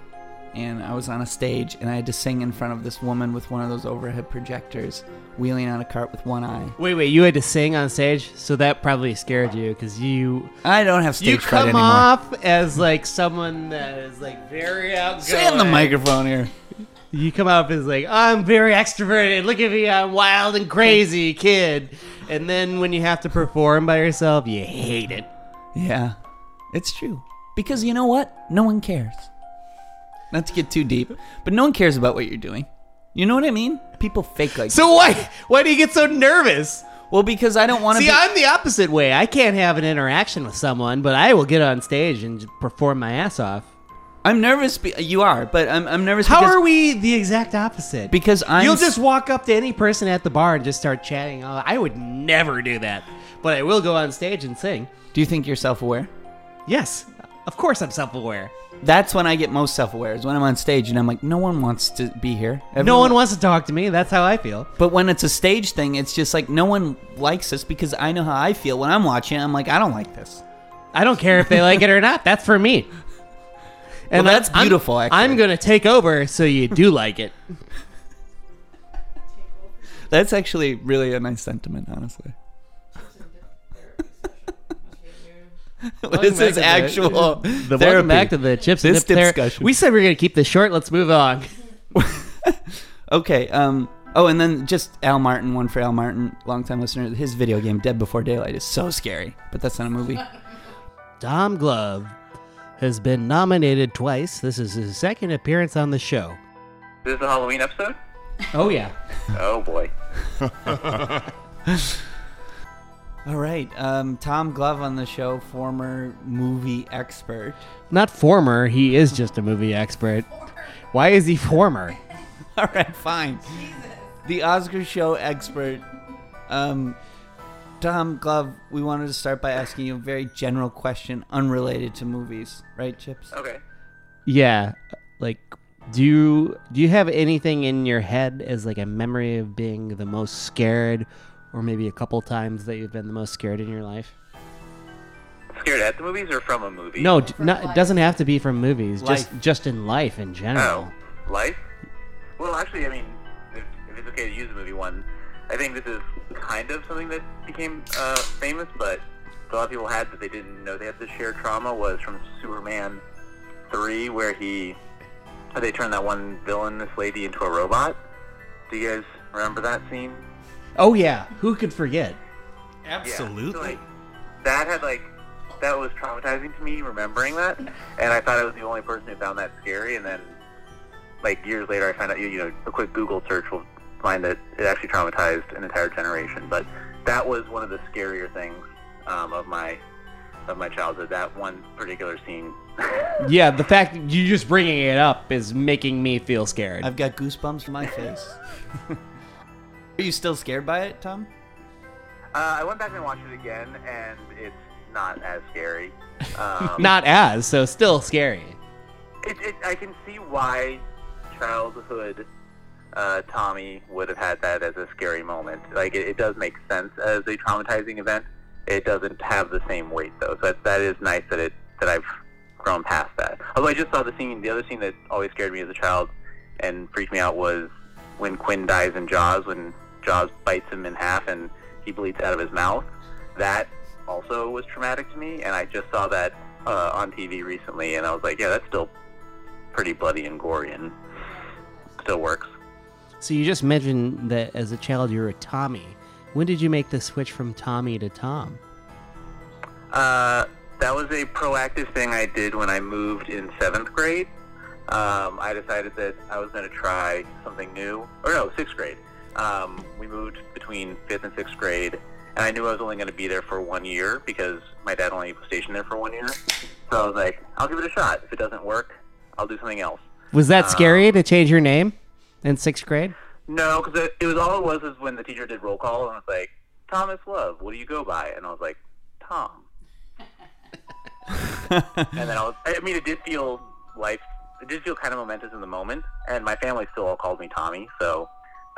A: and I was on a stage and I had to sing in front of this woman with one of those overhead projectors wheeling on a cart with one eye.
C: Wait, wait, you had to sing on stage, so that probably scared you because you
A: I don't have stage
C: you
A: fright
C: come
A: anymore.
C: off as like someone that is like very outgoing.
A: Say in the microphone here.
C: You come up as like, I'm very extroverted. Look at me, I'm wild and crazy kid. And then when you have to perform by yourself, you hate it.
A: Yeah, it's true. Because you know what? No one cares. Not to get too deep, but no one cares about what you're doing. You know what I mean? People fake like
C: So why why do you get so nervous?
A: Well, because I don't want
C: See, I'm the opposite way. I can't have an interaction with someone, but I will get on stage and j- perform my ass off.
A: I'm nervous. Be- you are, but I'm, I'm nervous.
C: How
A: because,
C: are we the exact opposite?
A: Because I'm.
C: You'll just walk up to any person at the bar and just start chatting. Oh, I would never do that, but I will go on stage and sing.
A: Do you think you're self-aware?
C: Yes, of course I'm self-aware.
A: That's when I get most self-aware. Is when I'm on stage and I'm like, no one wants to be here.
C: no one wants to talk to me. That's how I feel.
A: But when it's a stage thing, it's just like no one likes us because I know how I feel when I'm watching. I'm like, I don't like this.
C: I don't care if they like it or not. That's for me.
A: And well, that's
C: I'm-
A: beautiful. actually.
C: I'm gonna take over, so you do like it.
A: That's actually really a nice sentiment, honestly.
C: Welcome
A: this
C: back
A: is
C: to the-
A: actual
C: the,
A: therapy.
C: welcome back to the chips and
A: This
C: dip therapy.
A: discussion.
C: We said we are gonna keep this short. Let's move on.
A: okay. Um. Oh, and then just Al Martin, one for Al Martin, longtime listener. His video game Dead Before Daylight is so scary, but that's not a movie.
C: Tom Glove has been nominated twice. This is his second appearance on the show.
D: This is the Halloween episode?
C: Oh yeah.
D: Oh boy.
A: All right. Um. Tom Glove on the show, former movie expert.
C: Not former, he is just a movie expert. Why is he former?
A: All right, fine. The Oscar show expert, um, Tom Glove. We wanted to start by asking you a very general question, unrelated to movies, right, Chips?
D: Okay.
C: Yeah. Like do you do you have anything in your head as like a memory of being the most scared or maybe a couple times that you've been the most scared in your life?
D: Scared at the movies or from a movie?
C: No, d- not, it doesn't have to be from movies.
D: Life.
C: Just just in life in general.
D: Life? Well, actually, I mean, if, if it's okay to use the movie one, I think this is kind of something that became uh, famous, but a lot of people had that they didn't know they had to share trauma was from Superman 3, where he they turned that one villain, this lady, into a robot. Do you guys remember that scene?
C: Oh yeah, who could forget?
D: Absolutely. like, that had like that was traumatizing to me remembering that, and I thought I was the only person who found that scary. And then like years later, I found out you you know a quick Google search will find that it actually traumatized an entire generation. But that was one of the scarier things um, of my of my childhood. That one particular scene.
C: Yeah, the fact that you just bringing it up is making me feel scared.
A: I've got goosebumps on my face. Are you still scared by it, Tom?
D: Uh, I went back and watched it again, and it's not as scary. Um,
C: Not as, so still scary.
D: it, it, I can see why childhood uh, Tommy would have had that as a scary moment. Like, it, it does make sense as a traumatizing event. It doesn't have the same weight, though. So that, that is nice that it that I've grown past that. Although I just saw the scene, the other scene that always scared me as a child and freaked me out was when Quinn dies in Jaws, when Jaws bites him in half and he bleeds out of his mouth. That also was traumatic to me, and I just saw that uh, on TV recently, and I was like, yeah, that's still pretty bloody and gory and still works.
C: So you just mentioned that as a child you were a Tommy. When did you make the switch from Tommy to Tom?
D: Uh, that was a proactive thing I did when I moved in seventh grade. Um, I decided that I was going to try something new, or no, sixth grade. Um, we moved between fifth and sixth grade, and I knew I was only going to be there for one year because my dad only was stationed there for one year. So I was like, I'll give it a shot. If it doesn't work, I'll do something else.
C: Was that
D: Um,
C: scary to change your name in sixth grade?
D: No, because it, it was all it was is when the teacher did roll call and was like, Thomas Love, what do you go by? And I was like, Tom. and then I was, I mean, it did feel life, it did feel kind of momentous in the moment. And my family still all calls me Tommy. So,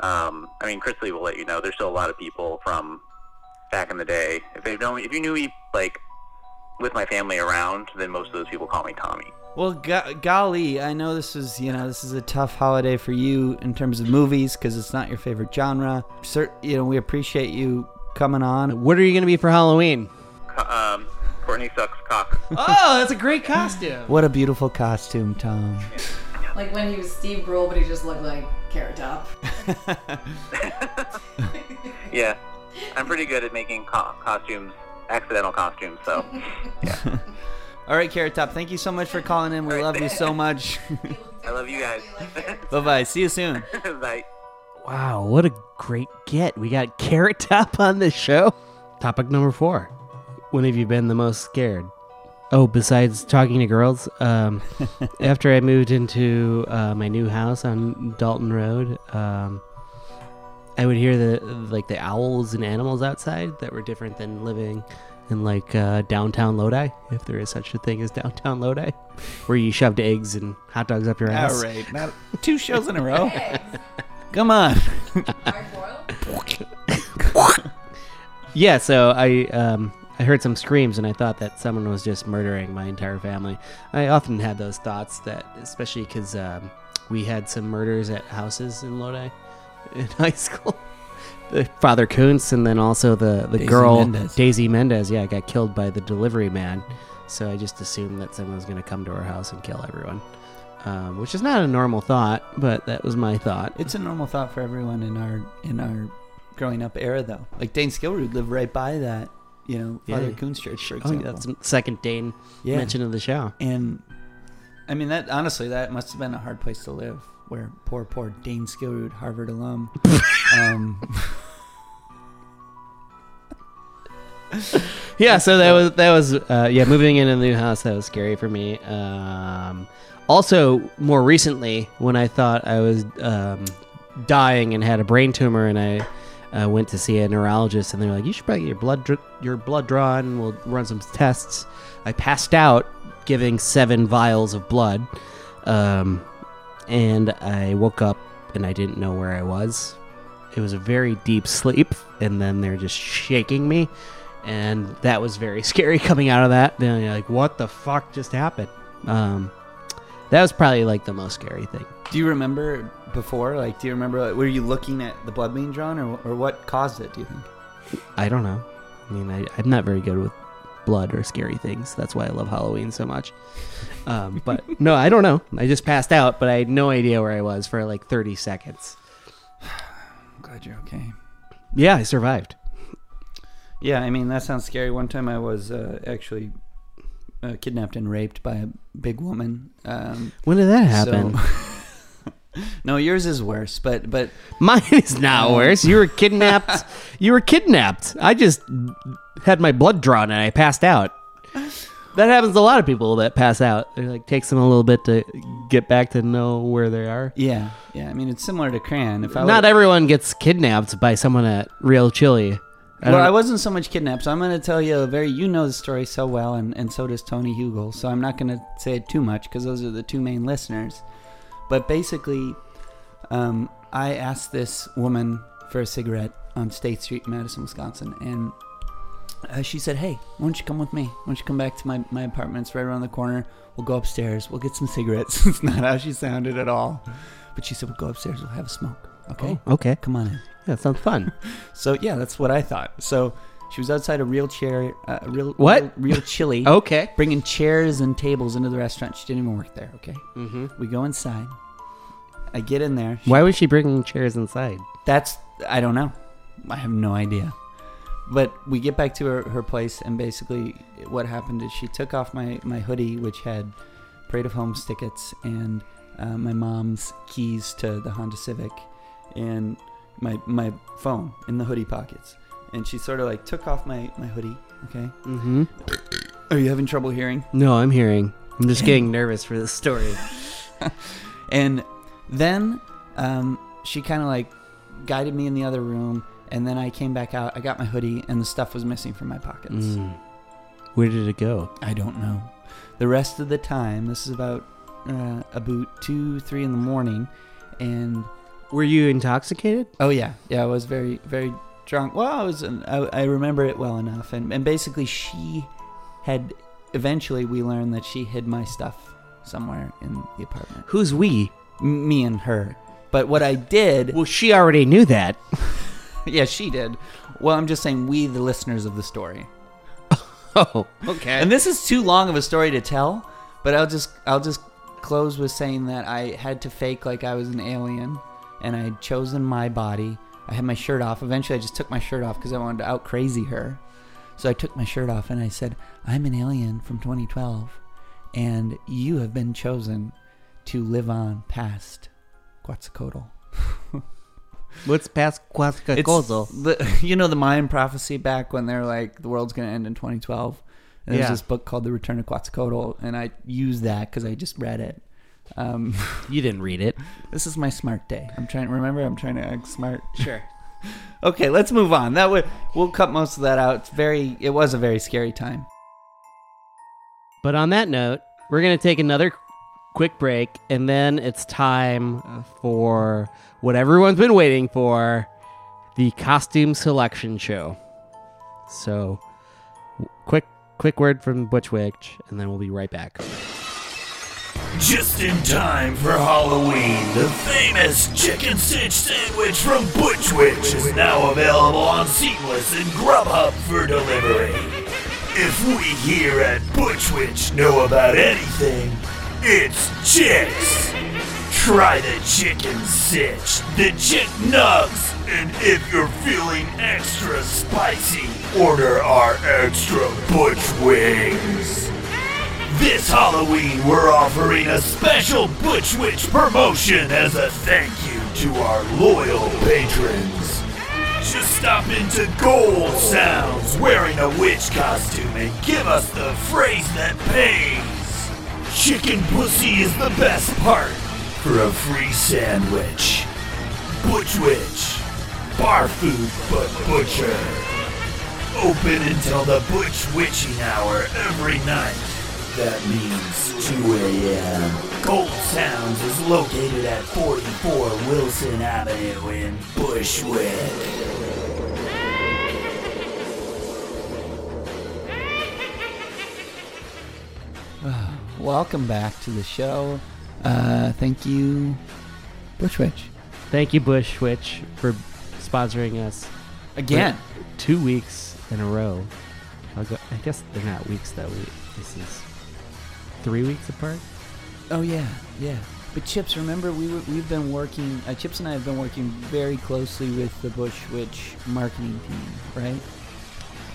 D: um, I mean, Chris Lee will let you know. There's still a lot of people from back in the day. If they've known, if you knew me, like, with my family around, then most of those people call me Tommy.
A: Well, go- golly, I know this is you know this is a tough holiday for you in terms of movies because it's not your favorite genre. Sir, you know we appreciate you coming on.
C: What are you going to be for Halloween?
D: Co- Um, Courtney sucks cock.
C: Oh, that's a great costume.
A: What a beautiful costume, Tom.
E: Like when he was Steve Brule, but he just looked like Carrot Top.
D: Yeah, I'm pretty good at making co- costumes, accidental costumes. So,
A: All right, Carrot Top, thank you so much for calling in. We love you so much.
D: I love you guys.
A: bye bye. See you soon.
D: Bye.
C: Wow, what a great get. We got Carrot Top on the show. Topic number four. When have you been the most scared? Oh, besides talking to girls, um, after I moved into uh, my new house on Dalton Road, um, I would hear the like the owls and animals outside that were different than living in like uh, downtown Lodi, if there is such a thing as downtown Lodi, where you shoved eggs and hot dogs up your ass.
A: All right, now two shows in a row. Come on.
C: yeah, so I um, I heard some screams and I thought that someone was just murdering my entire family. I often had those thoughts that, especially because um, we had some murders at houses in Lodi in high school. The Father Kuntz and then also the the
A: Daisy
C: girl
A: Mendez.
C: Daisy Mendez. Yeah, got killed by the delivery man. So I just assumed that someone was going to come to our house and kill everyone, um, which is not a normal thought, but that was my thought.
A: It's a normal thought for everyone in our in our growing up era, though. Like Dane Skillroot lived right by that, you know, Father
C: Yeah.
A: Coons Church, for
C: Oh,
A: example.
C: yeah, that's the second Dane
A: Yeah.
C: mention of the show.
A: And I mean, that honestly, that must have been a hard place to live. Where poor, poor Dane Skillroot, Harvard alum. um,
C: yeah, so that was that was uh, yeah, moving into a new house that was scary for me. Um, also, more recently, when I thought I was um, dying and had a brain tumor, and I uh, went to see a neurologist, and they're like, "You should probably get your blood dr- your blood drawn. and We'll run some tests." I passed out, giving seven vials of blood, um, and I woke up and I didn't know where I was. It was a very deep sleep, and then they're just shaking me and that was very scary coming out of that. Then you're like, what the fuck just happened? Um, that was probably like the most scary thing.
A: do you remember before? Like, do you remember? Like, were you looking at the blood being drawn, or, or what caused it? Do you think?
C: I don't know. I mean, I, I'm not very good with blood or scary things. That's why I love Halloween so much. Um, but no, I don't know. I just passed out, but I had no idea where I was for like 30 seconds.
A: I'm glad you're okay.
C: Yeah, I survived.
A: Yeah, I mean that sounds scary. One time I was uh, actually uh, kidnapped and raped by a big woman. Um,
C: When did that happen?
A: so- no, yours is worse, but but
C: Mine is not worse. You were kidnapped. you were kidnapped. I just had my blood drawn and I passed out. That happens to a lot of people that pass out. It like takes them a little bit to get back to know where they are.
A: yeah, yeah. I mean it's similar to Cran. If I
C: Not
A: would've-
C: everyone gets kidnapped by someone at Real Chili. I
A: well,
C: don't-
A: I wasn't so much kidnapped, so I'm going to tell you a very, you know the story so well, and, and so does Tony Hugel, so I'm not going to say it too much because those are the two main listeners. But basically, um, I asked this woman for a cigarette on State Street, Madison, Wisconsin, and uh, she said, Hey, why don't you come with me? Why don't you come back to my, my apartment? It's right around the corner. We'll go upstairs. We'll get some cigarettes. it's not how she sounded at all. But she said, We'll go upstairs. We'll have a smoke. Okay?
C: okay.
A: Come on in.
C: Yeah, sounds fun.
A: So yeah, that's what I thought. So she was outside a real chair, uh, a real
C: What? Oh.
A: real, real chili.
C: Okay.
A: bringing chairs and tables into the restaurant. She didn't even work there. Okay,
C: Mhm.
A: we go inside. I get in there.
C: Why was she bringing chairs inside?
A: That's I don't know. I have no idea. But we get back to her, her place, and basically what happened is she took off my, my hoodie, which had Parade of Homes tickets and uh, my mom's keys to the Honda Civic and my my phone in the hoodie pockets. And she sort of like took off my, my hoodie, okay?
C: Mm-hmm.
A: Are you having trouble hearing?
C: No, I'm hearing. I'm just getting nervous for this story.
A: and then um, she kind of like guided me in the other room, and then I came back out. I got my hoodie, and the stuff was missing from my pockets.
C: Mm. Where did it go?
A: I don't know. The rest of the time, this is about uh, about two, three in the morning, and
C: were you intoxicated?
A: Oh yeah, yeah. I was very, very drunk. Well, I was. I, I remember it well enough, and and basically she had. Eventually, we learned that she hid my stuff somewhere in the apartment.
C: Who's we?
A: M- me and her. But what I did.
C: Well, she already knew that.
A: yeah, she did. Well, I'm just saying, we, the listeners of the story.
C: Oh, okay.
A: And this is too long of a story to tell, but I'll just I'll just close with saying that I had to fake like I was an alien, and I had chosen my body. I had my shirt off. Eventually, I just took my shirt off because I wanted to out crazy her. So I took my shirt off and I said, "I'm an alien from 2012, and you have been chosen to live on past Quetzalcoatl."
C: What's past
A: It's
C: Quetzalcoatl?
A: the- you know the Mayan prophecy back when they're like the world's gonna end in 2012.
I: And
C: Yeah.
I: There's this book called The Return of Quetzalcoatl, and I use that because I just read it. Um,
C: you didn't read it.
I: This is my smart day. I'm trying. Remember, I'm trying to act smart.
C: Sure.
A: okay, let's move on. That would we'll cut most of that out. It's very. It was a very scary time.
C: But on that note, we're going to take another quick break, and then it's time for what everyone's been waiting for the costume selection show. So, w- quick, quick word from Butch Witch, and then we'll be right back.
R: Just in time for Halloween, the famous chicken stitch sandwich from Butch Witch is now available on Seamless and Grubhub for delivery. If we here at Butch Witch know about anything, it's chicks. Try the chicken sitch, the chick nugs, and if you're feeling extra spicy, order our extra Butch wings. This Halloween, we're offering a special Butch Witch promotion as a thank you to our loyal patrons. Just stop into Gold Sounds wearing a witch costume and give us the phrase that pays. Chicken pussy is the best part for a free sandwich. Butch Witch, bar food but butcher. Open until the Butch Witching Hour every night. That means 2 a.m. Gold Sounds is located at 44 Wilson Avenue in Bushwick.
I: Welcome back to the show. Uh, thank you, Butch Witch.
C: Thank you, Bush Witch, for sponsoring us
A: Again.
C: for two weeks in a row. I'll go, I guess they're not weeks though. We, this is three weeks apart.
I: Oh yeah, yeah. But Chips, remember we were, we've been working. Uh, Chips and I have been working very closely with the Bush Witch marketing team, right?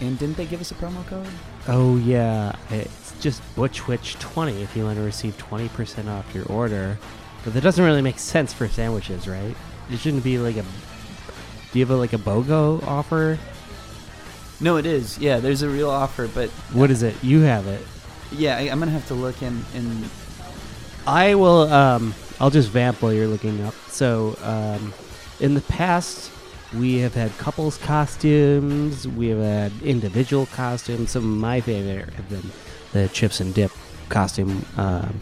I: And didn't they give us a promo code?
C: Oh yeah, it's just Butch Witch twenty if you want to receive twenty percent off your order. But that doesn't really make sense for sandwiches, right? It shouldn't be like a. Do you have a, like a BOGO offer?
A: No, it is. Yeah, there's a real offer, but
C: What is it? You have it.
A: yeah, I, I'm gonna have to look and and
C: I will. Um, I'll just vamp while you're looking up. So, um, in the past, we have had couples costumes. We have had individual costumes. Some of my favorite have been the chips and dip costume. Um,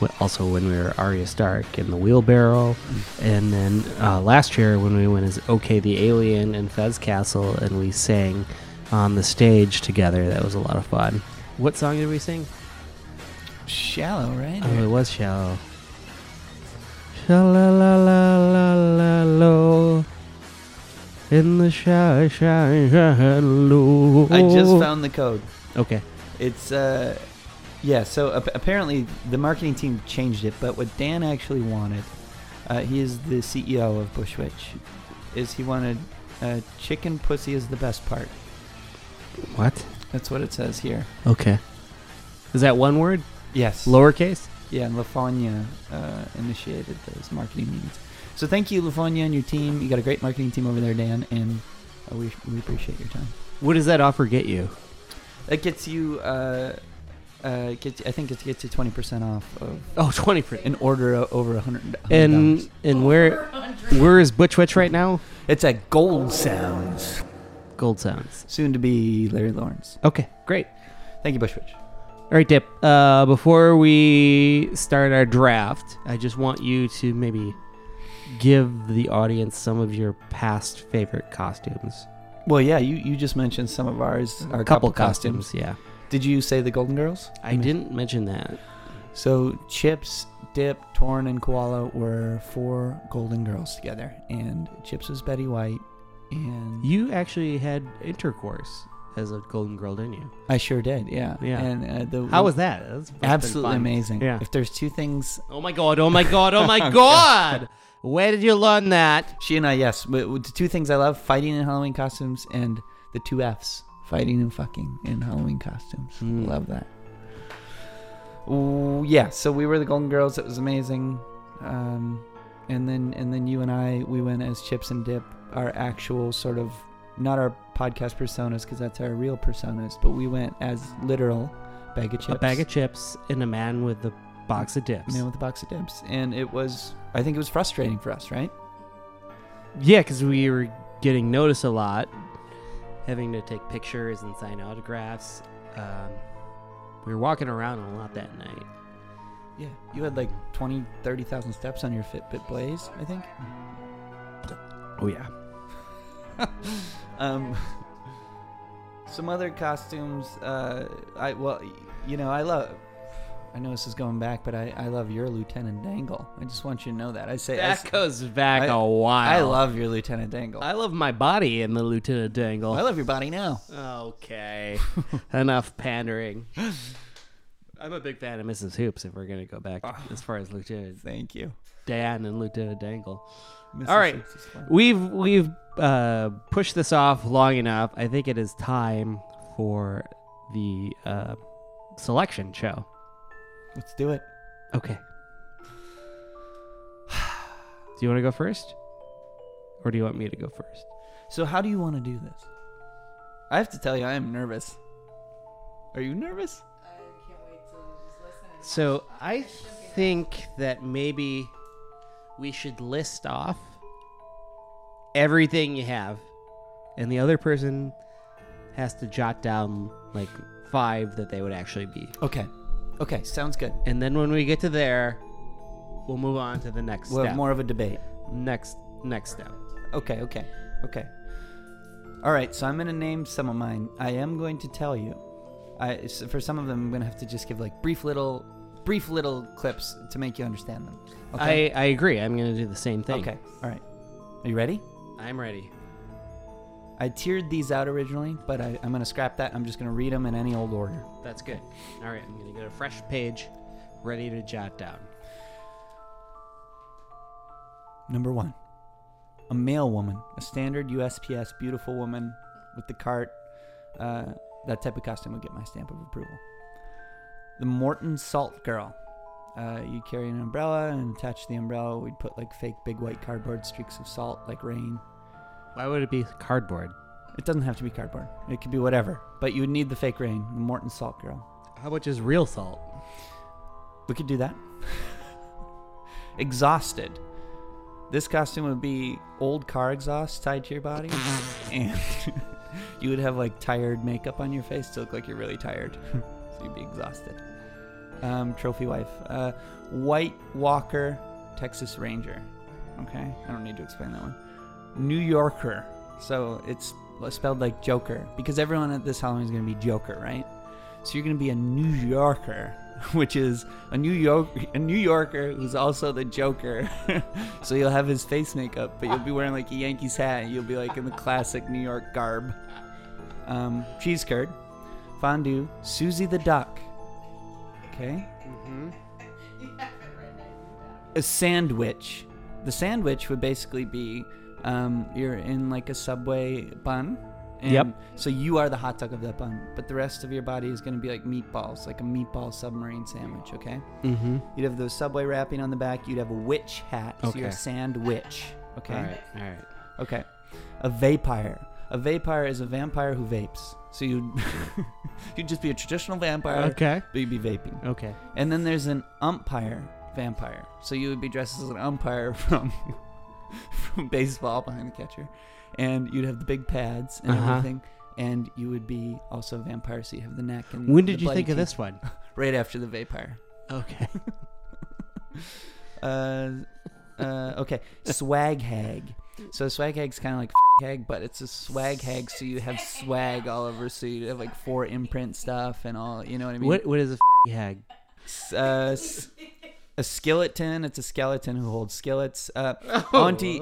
C: wh- also, when we were Arya Stark in the wheelbarrow, and then uh, last year when we went as OK the Alien in Fez Castle, and we sang on the stage together. That was a lot of fun. What song did we sing?
I: Shallow, right?
C: Oh, it was shallow. Sha-la-la-la-la-la-lo. In the shy, shy, shallow.
A: I just found the code.
C: Okay.
A: It's uh, yeah. So ap- apparently the marketing team changed it, but what Dan actually wanted, uh, he is the CEO of Bushwitch, is he wanted uh, chicken pussy is the best part.
C: What?
A: That's what it says here.
C: Okay. Is that one word?
A: Yes.
C: Lowercase?
A: Yeah, and Lafonia uh, initiated those marketing meetings. So thank you, Lafonia, and your team. You got a great marketing team over there, Dan, and uh, we, we appreciate your time.
C: What does that offer get you?
A: That gets you, uh, uh, gets, I think it gets you 20% off of.
C: Oh, 20%.
A: An order o- over 100
C: And and where where is Butch Witch right now?
A: It's at Gold Sounds.
C: Gold Sounds.
A: Soon to be Larry Lawrence.
C: Okay, great.
A: Thank you, Bushwitch.
C: All right, Dip. Uh, before we start our draft, I just want you to maybe give the audience some of your past favorite costumes.
A: Well, yeah, you, you just mentioned some of ours, our
C: Couple
A: couple, costumes.
C: costumes, yeah.
A: Did you say the Golden Girls?
C: I didn't mention that.
A: So Chips, Dip, Torn, and Koala were four Golden Girls together, and Chips was Betty White, and
C: You actually had intercourse as a Golden Girl, didn't you?
A: I sure did, yeah,
C: Yeah.
A: And uh, the,
C: How was that? That's must've been
A: absolutely
C: fun.
A: amazing.
C: Yeah.
A: If there's two things,
C: Oh my god! Oh my god! Oh my god! Where did you learn that?
A: She and I, yes, w- w- the two things I love: fighting in Halloween costumes and the two Fs, fighting and fucking in Halloween costumes. Love that. Mm. Ooh, yeah, so we were the Golden Girls. It was amazing. Um, and then and then you and I we went as Chips and Dip, our actual sort of not our podcast personas because that's our real personas, but we went as literal bag of chips.
C: A bag of chips and a man with a box of dips.
A: Man with a box of dips, and it was I think it was frustrating for us, right?
C: Yeah, because we were getting noticed a lot, having to take pictures and sign autographs. Um, we were walking around a lot that night.
A: Yeah, you had like 20, 30,000 steps on your Fitbit Blaze, I think.
C: Oh yeah.
A: um, some other costumes. Uh, I well, you know, I love. I know this is going back, but I, I love your Lieutenant Dangle. I just want you to know that. I say I
C: That
A: s-
C: goes back
A: I-
C: a while.
A: I love your Lieutenant Dangle.
C: I love my body in the Lieutenant Dangle.
A: I love your body now.
C: Okay. Enough pandering. I'm a big fan of Mrs. Hoops if we're going to go back
A: Ah.
C: as far as Lieutenant.
A: Thank you.
C: Dan and Lieutenant Dangle.
A: Mrs.
C: All right.
A: Hoops is fun.
C: We've we've uh, pushed this off long enough. I think it is time for the uh, selection show.
A: Let's do it.
C: Okay. Do you want to go first? Or do you want me to go first?
A: So how do you want to do this? I have to tell you, I am nervous. Are you nervous?
C: So I think that maybe we should list off everything you have, and the other person has to jot down like five that they would actually be.
A: Okay. Okay, sounds good.
C: And then when we get to there, we'll move on to the next
A: We'll have
C: step.
A: more of a debate.
C: Next next step.
A: Okay, okay, okay. All right, so I'm gonna name some of mine. I am going to tell you. I s- for some of them, I'm gonna have to just give like brief little, brief little clips to make you understand them.
C: I, I agree. I'm going to do the same thing.
A: Okay. All right. Are you ready?
C: I'm ready.
A: I tiered these out originally, but I, I'm gonna scrap that. I'm just gonna read them in any old order.
C: That's good. All right. I'm going to get a fresh page ready to jot down.
A: Number one, a male woman, a standard USPS beautiful woman with the cart. Uh, that type of costume would get my stamp of approval. The Morton Salt Girl. Uh, you carry an umbrella and attached to the umbrella, we'd put like fake big white cardboard streaks of salt, like rain.
C: Why would it be cardboard?
A: It doesn't have to be cardboard. It could be whatever. But you would need the fake rain, the Morton Salt Girl.
C: How much is real salt?
A: We could do that. Exhausted. This costume would be old car exhaust tied to your body, and you would have like tired makeup on your face to look like you're really tired. so you'd be exhausted. Um, trophy wife. Uh, White Walker, Texas Ranger. Okay, I don't need to explain that one. New Yorker. So it's uh, spelled like Joker because everyone at this Halloween is going to be Joker, right? So you're going to be a New Yorker, which is a New York a New Yorker who's also the Joker. so you'll have his face makeup, but you'll be wearing like a Yankees hat. You'll be like in the classic New York garb. Um, cheese curd, fondue, Susie the Duck. Okay.
C: Mm-hmm.
A: a sandwich. The sandwich would basically be um, you're in like a subway bun. And
C: Yep.
A: So you are the hot dog of that bun, but the rest of your body is going to be like meatballs, like a meatball submarine sandwich. Okay.
C: Mhm.
A: You'd have the subway wrapping on the back. You'd have a witch hat. So you're
C: Okay.
A: a sandwich. Okay.
C: All right. All right.
A: Okay. A vampire. A vampire is a vampire who vapes. So you'd you'd just be a traditional vampire.
C: Okay.
A: But you'd be vaping.
C: Okay.
A: And then there's an umpire vampire. So you would be dressed as an umpire from from baseball behind the catcher. And you'd have the big pads and
C: Uh-huh.
A: everything. And you would be also a vampire, so you have the neck and
C: When
A: Mm, the
C: did you
A: bloody
C: think of
A: teeth.
C: this one?
A: right after the vampire.
C: Okay.
A: uh, uh, okay, swag hag. So swag hag's kind of like hag, but it's a swag hag, so you have swag all over. So you have like four imprint stuff and all. You know what I mean?
C: What what is a hag?
A: S- uh, s- a skeleton. It's a skeleton who holds skillets. Uh, Auntie,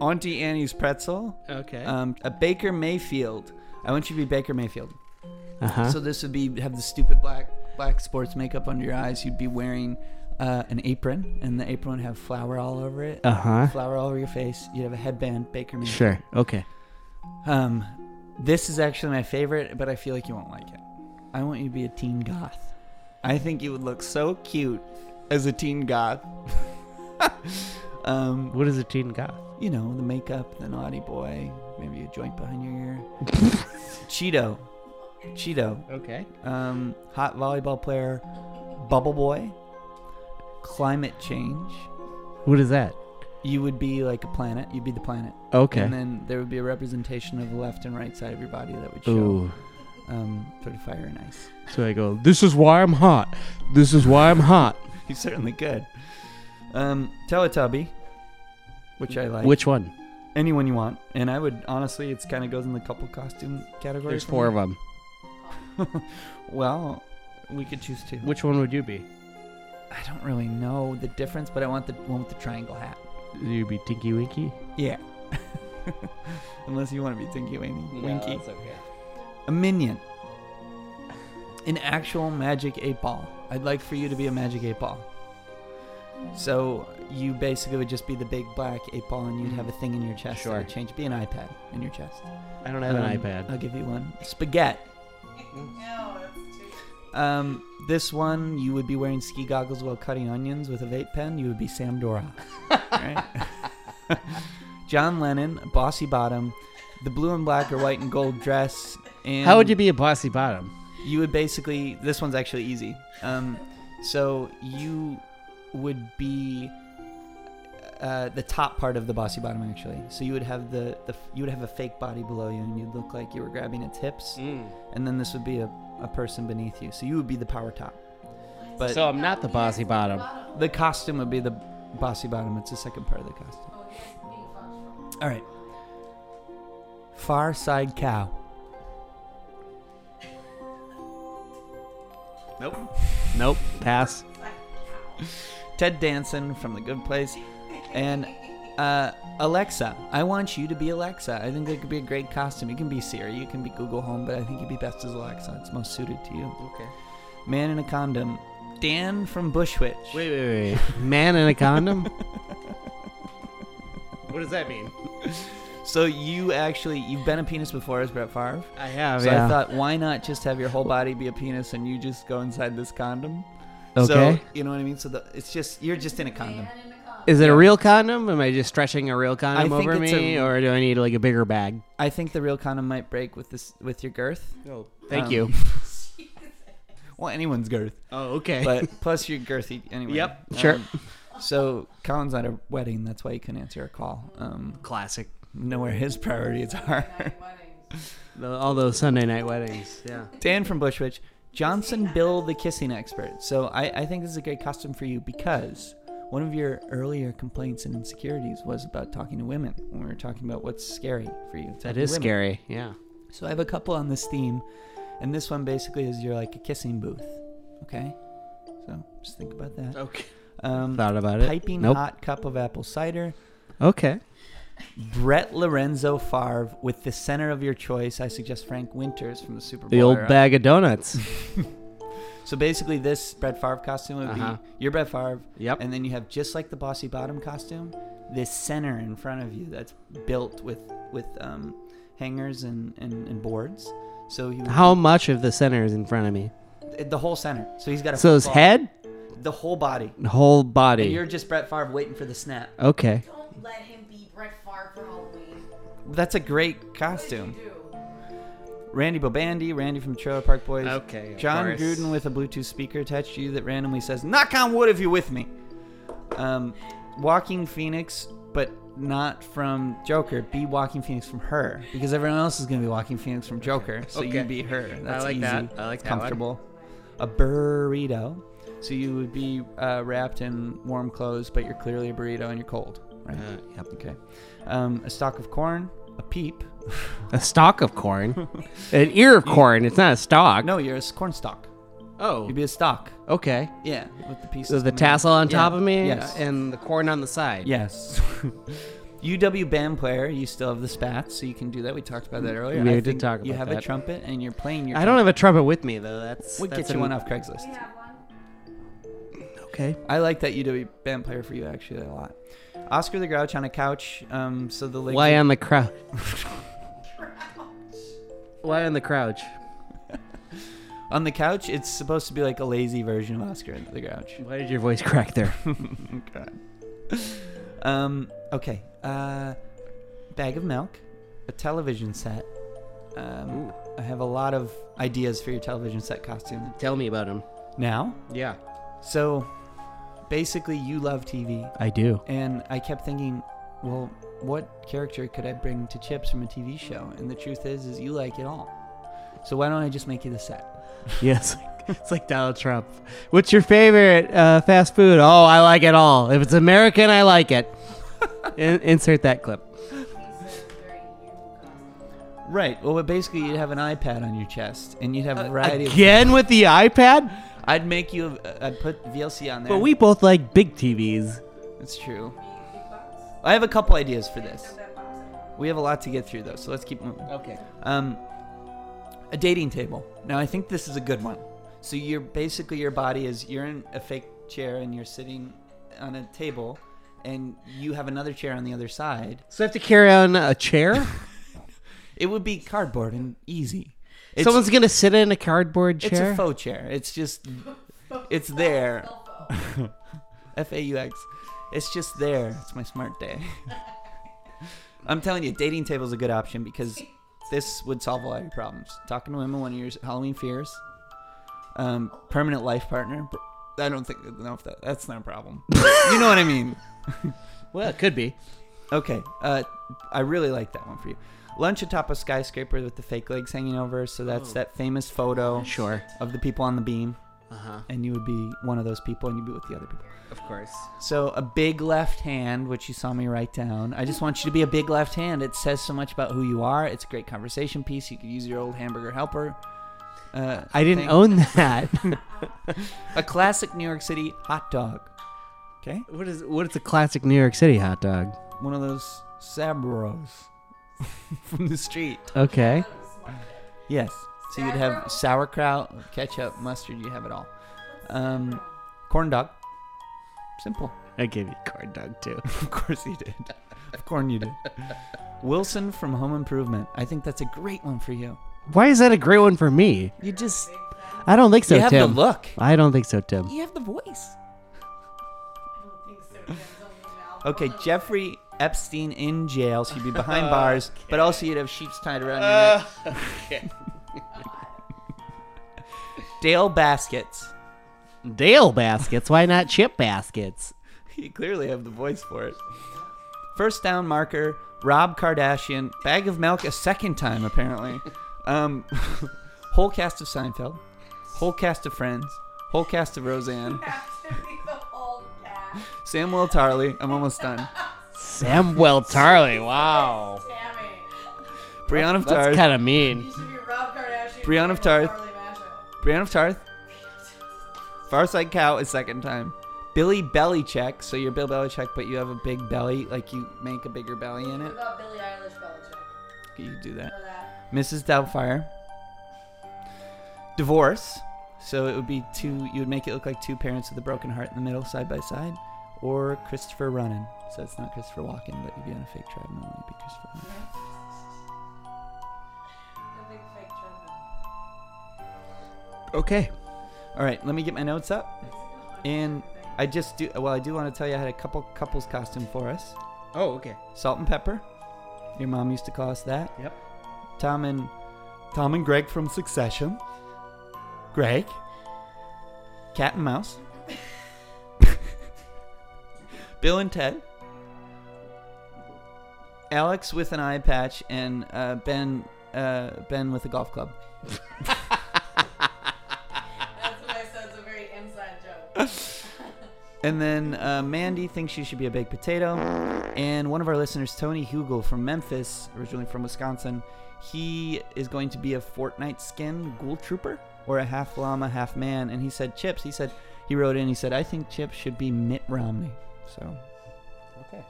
A: Auntie Annie's pretzel.
C: Okay.
A: Um, a Baker Mayfield. I want you to be Baker Mayfield.
C: Uh-huh.
A: So this would be have the stupid black black sports makeup under your eyes. You'd be wearing uh, an apron, and the apron would have flour all over it.
C: Uh-huh.
A: Flour all over your face. You'd have a headband, Baker Mayfield.
C: Sure. Okay.
A: Um, this is actually my favorite, but I feel like you won't like it. I want you to be a teen goth. I think you would look so cute as a teen goth. Um,
C: what is a teen goth?
A: You know, the makeup, the naughty boy, maybe a joint behind your ear. Cheeto. Cheeto.
C: Okay.
A: Um, hot volleyball player, bubble boy, climate change.
C: What is that?
A: You would be like a planet. You'd be the planet.
C: Okay.
A: And then there would be a representation of the left and right side of your body that would show
C: Ooh.
A: um, sort of fire and ice.
C: So I go, this is why I'm hot. This is why I'm hot.
A: You certainly could. Um, Teletubby, which I like.
C: Which one?
A: Anyone you want. And I would, honestly, it's kind of goes in the couple costume category.
C: There's
A: for
C: four of
A: me.
C: them.
A: Well, we could choose two.
C: Which one would you be?
A: I don't really know the difference, but I want the one with the triangle hat.
C: You'd be Tinky Winky?
A: Yeah. Unless you want to be Tinky Winky.
C: No,
A: Winky.
C: that's okay.
A: A minion. An actual magic eight ball. I'd like for you to be a magic eight ball. So you basically would just be the big black eight ball, and you'd have a thing in your chest that would change. Be an iPad in your chest.
C: I don't have an iPad.
A: Um, I'll give you one. Spaghetti. Um, this one, you would be wearing ski goggles while cutting onions with a vape pen. You would be Sam Dora. Right? John Lennon, a bossy bottom, the blue and black or white and gold dress. And
C: How would you be a bossy bottom?
A: You would basically. This one's actually easy. Um, so you would be uh, the top part of the bossy bottom actually. So you would have the, the you would have a fake body below you, and you'd look like you were grabbing at hips, and then this would be a, a person beneath you. So you would be the power top. But
C: So I'm not the bossy bottom.
A: The costume would be the bossy bottom. It's the second part of the costume. All right. Far side cow. Nope.
C: Nope. Pass.
A: Ted Danson from The Good Place. And uh, Alexa. I want you to be Alexa. I think that could be a great costume. You can be Siri, you can be Google Home, but I think you'd be best as Alexa. It's most suited to you.
C: Okay.
A: Man in a condom. Dan from Bushwick.
C: Wait, wait, wait. Man in a condom? what does that mean?
A: So you actually you've been a penis before as Brett Favre.
C: I have,
A: So
C: Oh, yeah.
A: I thought, why not just have your whole body be a penis and you just go inside this condom? So
C: Okay.
A: you know what I mean. So the, it's just you're just in a condom.
C: Is it a real condom? Am I just stretching a real condom
A: think
C: over
A: it's
C: me,
A: a-
C: or do I need like a bigger bag?
A: I think the real condom might break with this with your girth.
C: Oh, thank
A: Um,
C: you.
A: well, anyone's girth.
C: Oh, okay.
A: But plus you're girthy anyway. Um,
C: Yep, sure.
A: so Colin's at a wedding. That's why he couldn't answer our call. Um,
C: Classic.
A: Know where his priorities are.
C: The- All those Sunday night weddings. Yeah.
A: Dan from Bushwich, Johnson Bill the kissing expert. So I, I think this is a great costume for you because one of your earlier complaints and insecurities was about talking to women when we were talking about what's scary for you.
C: That
A: talking to
C: is
A: women.
C: scary. Yeah.
A: So I have a couple on this theme, and this one basically is you're like a kissing booth. Okay? So just think about that.
C: Okay.
A: Um,
C: Thought about it.
A: Piping
C: Nope.
A: hot cup of apple cider.
C: Okay.
A: Brett Lorenzo Favre with the center of your choice. I suggest Frank Winters from the Super Bowl.
C: The old
A: era.
C: bag of donuts.
A: So basically, this Brett Favre costume would
C: Uh-huh.
A: be your Brett Favre.
C: Yep.
A: And then you have just like the Bossy Bottom costume, this center in front of you that's built with with um, hangers and, and, and boards. So he would
C: How much of the center is in front of me?
A: the whole center. So he's got a
C: So his
A: football-
C: head,
A: the whole body,
C: The whole
A: And
C: body.
A: you're just Brett Favre waiting for the snap.
C: Okay.
A: That's a great costume. Randy Bobandy, Randy from Trailer Park Boys.
C: Okay, of
A: John
C: course.
A: Gruden with a Bluetooth speaker attached to you that randomly says, "Knock on wood if you're with me." Um, Walking Phoenix, but not from Joker. Be Walking Phoenix from her because everyone else is going to be Walking Phoenix from Joker, so
C: Okay.
A: you be her.
C: I
A: That's
C: like
A: easy.
C: that. I like
A: It's
C: that one.
A: Comfortable. A burrito, so you would be uh, wrapped in warm clothes, but you're clearly a burrito and you're cold. Right.
C: yep.
A: Okay. Um, a stalk of corn. A peep.
C: A stalk of corn, an ear of corn. It's not a stalk.
A: No, you're a s- corn stalk.
C: Oh.
A: You'd be a stalk.
C: Okay.
A: Yeah, with the pieces.
C: So the
A: coming out.
C: tassel on
A: Yeah,
C: top of me, Uh,
A: Yes.
C: and the corn on the side.
A: Yes. UW band player, you still have the spats, so you can do that. We talked about that earlier.
C: We
A: I
C: did
A: think
C: talk
A: You
C: about
A: have a
C: that.
A: trumpet and you're playing your.
C: I don't have a trumpet with me though. That's
A: We'll
C: that's
A: get you
C: an-
A: one off Craigslist.
C: Okay.
A: I like that UW band player for you actually a lot. Oscar the Grouch on a couch. Um, so the legs
C: Why
A: are-
C: on the crouch? Why on the crouch?
A: on the couch? It's supposed to be like a lazy version of Oscar the Grouch.
C: Why did your voice crack there?
A: God. Um, okay. Uh, bag of milk, a television set. Um, I have a lot of ideas for your television set costume.
C: Tell me about them.
A: Now?
C: Yeah.
A: So, basically, you love TV.
I: I do.
A: And I kept thinking, well, what character could I bring to Chips from a TV show? And the truth is, is you like it all. So why don't I just make you the set?
C: Yes. It's like Donald Trump. What's your favorite uh, fast food? Oh, I like it all. If it's American, I like it. In- insert that clip.
A: Right. Well, but basically, you'd have an iPad on your chest, and you'd have a variety
C: Uh, Again
A: of.
C: with the iPad?
A: I'd make you. a- I'd put VLC on there.
C: But we both like big TVs.
A: It's true. I have a couple ideas for this. We have a lot to get through though, so let's keep moving.
C: Okay.
A: Um, a dating table. Now I think this is a good one. So you're basically your body is you're in a fake chair and you're sitting on a table, and you have another chair on the other side.
C: So I have to carry on a chair?
A: It would be cardboard and easy. It's-
C: Someone's going to sit in a cardboard chair?
A: It's a faux chair. It's just, it's there. F A U X. It's just there. It's my smart day. I'm telling you, dating table is a good option because this would solve a lot of your problems. Talking to women, one of your Halloween fears. Um, permanent life partner. I don't think I don't know if that that's not a problem. you know what I mean?
C: well, it could be.
A: Okay. Uh, I really like that one for you. Lunch atop a skyscraper with the fake legs hanging over. So that's
C: Oh.
A: that famous photo.
C: Sure.
A: Of the people on the beam.
C: Uh-huh.
A: And you would be one of those people, and you'd be with the other people.
C: Of course.
A: So a big left hand, which you saw me write down. I just want you to be a big left hand. It says so much about who you are. It's a great conversation piece. You could use your old hamburger helper. Uh,
C: I didn't
A: thing.
C: own that.
A: a classic New York City hot dog. Okay.
C: What is what's a classic New York City hot dog?
A: One of those sabros from the street.
C: Okay.
A: Yes. So you'd have sauerkraut, ketchup, mustard. You have it all. Um, corn dog. Simple.
C: I gave you corn dog too.
A: of course you did. Of corn you did. Wilson from Home Improvement. I think that's a great one for you.
C: Why is that a great one for me?
A: You just
C: I don't think so,
A: You have the
C: Tim.
A: look.
C: I don't think so, Tim.
A: you have the voice. Okay, Jeffrey Epstein in jail, so you'd be behind bars, but also you'd have sheets tied around your neck. Dale Baskets.
C: Dale baskets. Why not chip baskets?
A: You clearly have the voice for it. First down marker, Rob Kardashian, bag of milk a second time apparently. Um, whole cast of Seinfeld, whole cast of Friends, whole cast of Roseanne. Samuel Tarley, I'm almost done.
C: Samuel Tarley. Wow.
A: Brianna of Tarth.
C: That's kind of mean.
A: Brianna of Tarth. Brianna of Tarth. Farside Cow a second time. Billy Belichick. So you're Bill Belichick, but you have a big belly. Like you make a bigger belly in it.
S: about Billie Eilish Belichick?
A: You could do that.
S: Or that.
A: Mrs. Doubtfire. Divorce. So it would be two. You would make it look like two parents with a broken heart in the middle, side by side, or Christopher Runnin. So it's not Christopher Walken, but you'd be on a fake treadmill. and You'd be Christopher. Runnin.
C: Okay.
A: All right, let me get my notes up. And I just do well. I do want to tell you I had a couple couples costume for us.
C: Oh, okay.
A: Salt and pepper. Your mom used to call us that.
C: Yep.
A: Tom and Tom and Greg from Succession. Greg. Cat and Mouse. Bill and Ted. Alex with an eye patch and uh, Ben uh, Ben with a golf club.
S: That's what I said. It's a very inside joke.
A: And then uh, Mandy thinks you should be a baked potato. And one of our listeners, Tony Hugel from Memphis, originally from Wisconsin, he is going to be a Fortnite skin ghoul trooper or a half llama, half man. And he said, Chips, he said, he wrote in, he said, I think Chips should be Mitt Romney. So, okay.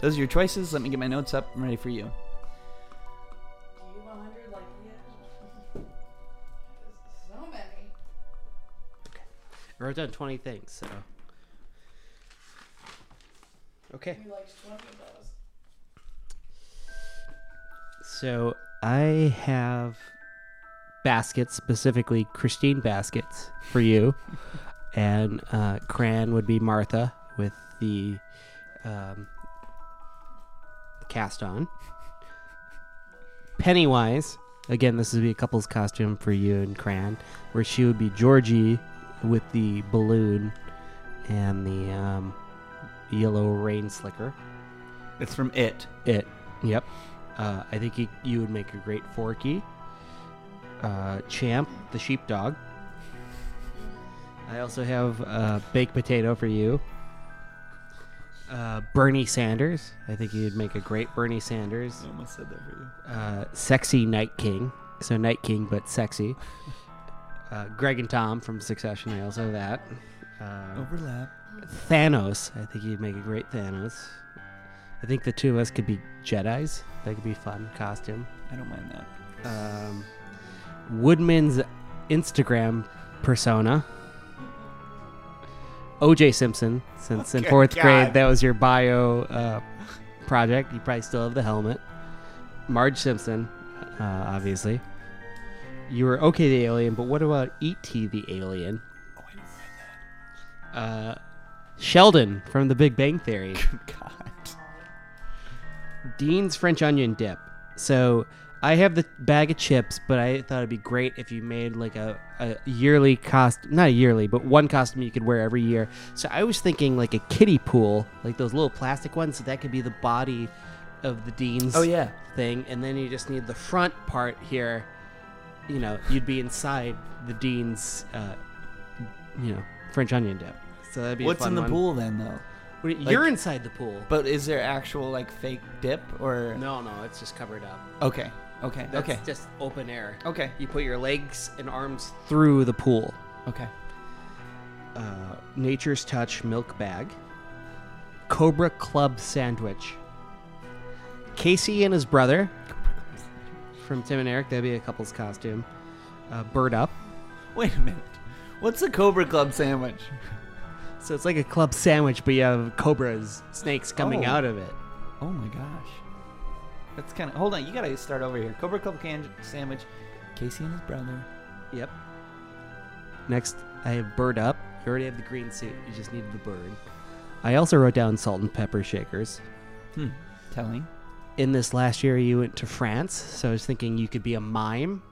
A: Those are your choices. Let me get my notes up. I'm ready for you.
S: You 100 like yeah. So many.
C: I wrote down 20 things, so. Okay.
S: You liked 20 of those.
C: So I have baskets, specifically Christine baskets for you. and uh, Cran would be Martha with the uh, um, cast on. Pennywise, again, this would be a couple's costume for you and Cran, where she would be Georgie with the balloon and the um, yellow rain slicker.
A: It's from It.
C: It. Yep. Uh, I think you, you would make a great Forky. Uh, Champ, the sheepdog. I also have uh, baked potato for you. Uh, Bernie Sanders. I think you'd make a great Bernie Sanders.
A: I almost said that for you.
C: Uh, sexy Night King. So Night King, but sexy. Uh, Greg and Tom from Succession. I also have that. Uh,
A: Overlap.
C: Thanos. I think you'd make a great Thanos. I think the two of us could be Jedi's. That could be fun costume.
A: I don't mind that.
C: Um, Woodman's Instagram persona. OJ Simpson, since in
A: Okay,
C: fourth
A: God.
C: grade that was your bio uh, project. You probably still have the helmet. Marge Simpson, uh, obviously. You were okay the alien, but what about E.T. the alien?
A: Oh,
C: Uh, Sheldon from The Big Bang Theory. Dean's French onion dip. So I have the bag of chips, but I thought it'd be great if you made like a, a yearly cost, not a yearly, but one costume you could wear every year. So I was thinking like a kiddie pool, like those little plastic ones. So that could be the body of the Dean's
A: Oh, yeah.
C: thing. And then you just need the front part here. You know, you'd be inside the Dean's, uh, you know, French onion dip. So that'd be a
A: What's
C: fun
A: in the
C: one.
A: pool then, though?
C: Wait, you're inside the pool.
A: But is there actual like fake dip or
C: No, no, it's just covered up.
A: Okay. Okay.
C: That's
A: okay.
C: just open air.
A: Okay.
C: You put your legs and arms through the pool.
A: Okay.
C: Uh, Nature's Touch milk bag. Cobra Club sandwich. Casey and his brother from Tim and Eric. That'd be a couple's costume. Uh, bird up.
A: Wait a minute. What's a Cobra Club sandwich?
C: So it's like a club sandwich, but you have cobras, snakes coming
A: Oh.
C: out of it.
A: Oh my gosh. That's kind of. Hold on. You gotta start over here. Cobra Club can- sandwich. Casey and his brother.
C: Yep. Next, I have bird up. You already have the green suit. You just need the bird. I also wrote down salt and pepper shakers.
A: Hmm. Telling.
C: In this last year, you went to France, so I was thinking you could be a mime.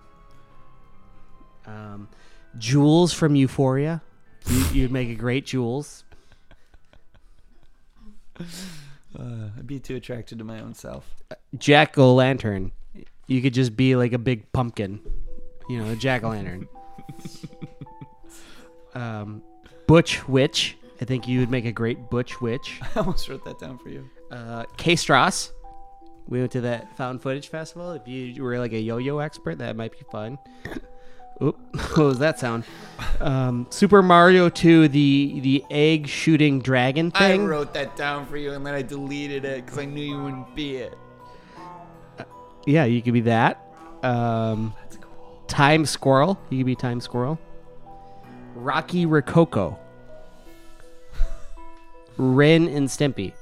C: Um, Jules from Euphoria. You, you'd make a great Jules.
A: Uh, I'd be too attracted to my own self.
C: Jack o' lantern. You could just be like a big pumpkin, you know, a jack o' lantern. um, Butch Witch. I think you would make a great Butch Witch.
A: I almost wrote that down for you.
C: Uh, K Strauss. We went to that found footage festival. If you were like a yo yo expert, that might be fun. Oop, what was that sound? Um, Super Mario 2, the the egg shooting dragon
A: I
C: thing.
A: wrote that down for you, and then I deleted it because I knew you wouldn't be it.
C: Yeah, you could be that. Um, Time Squirrel. You could be Time Squirrel. Rocky Rococo. Rin and Stimpy.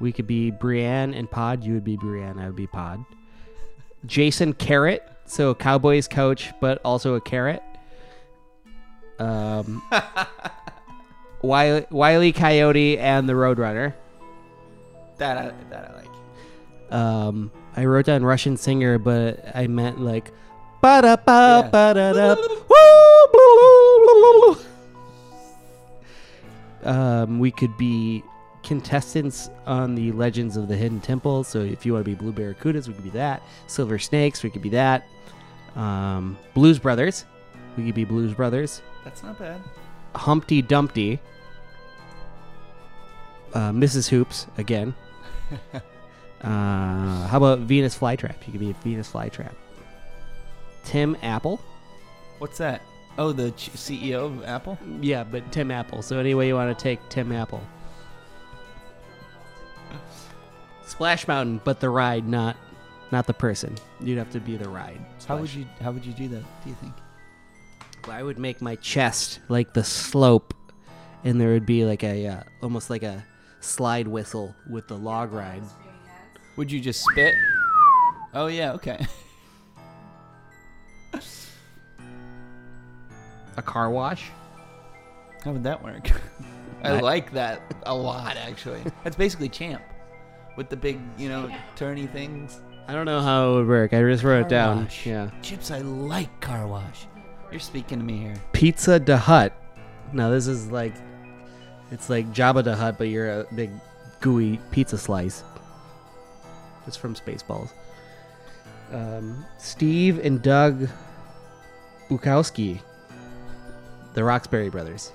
C: We could be Brienne and Pod. You would be Brienne. I would be Pod. Jason Carrot. So Cowboys coach, but also a carrot. Um, Wiley, Wiley Coyote and the Roadrunner.
A: That I, that I like.
C: Um, I wrote down Russian singer, but I meant like ba da ba ba da da. Um, we could be contestants on the Legends of the Hidden Temple. So if you want to be Blue Barracudas, we could be that. Silver Snakes, we could be that. Um, Blues Brothers, we could be Blues Brothers.
A: That's not bad.
C: Humpty Dumpty, uh, Mrs. Hoops again. uh, how about Venus Flytrap? You could be a Venus Flytrap. Tim Apple.
A: What's that? Oh, the ch- CEO of Apple.
C: Yeah, but Tim Apple. So anyway, you want to take Tim Apple. Splash Mountain, but the ride, not not the person. You'd have to be the ride.
A: How would you How would you do that? Do you think?
C: Well, I would make my chest like the slope, and there would be like a uh, almost like a slide whistle with the log ride.
A: Would you just spit? Oh yeah. Okay.
C: A car wash.
A: How would that work? I
I: I-
A: like that a lot, actually. That's basically Champ with the big, you know, turny things.
C: I don't know how it would work. I just wrote it down.
I: Wash.
C: Yeah.
I: Chips, I like car wash.
A: You're speaking to me here.
C: Pizza de Hut. Now this is like, it's like Jabba de Hut, but you're a big gooey pizza slice. It's from Spaceballs. Um, Steve and Doug Bukowski, the Roxbury brothers.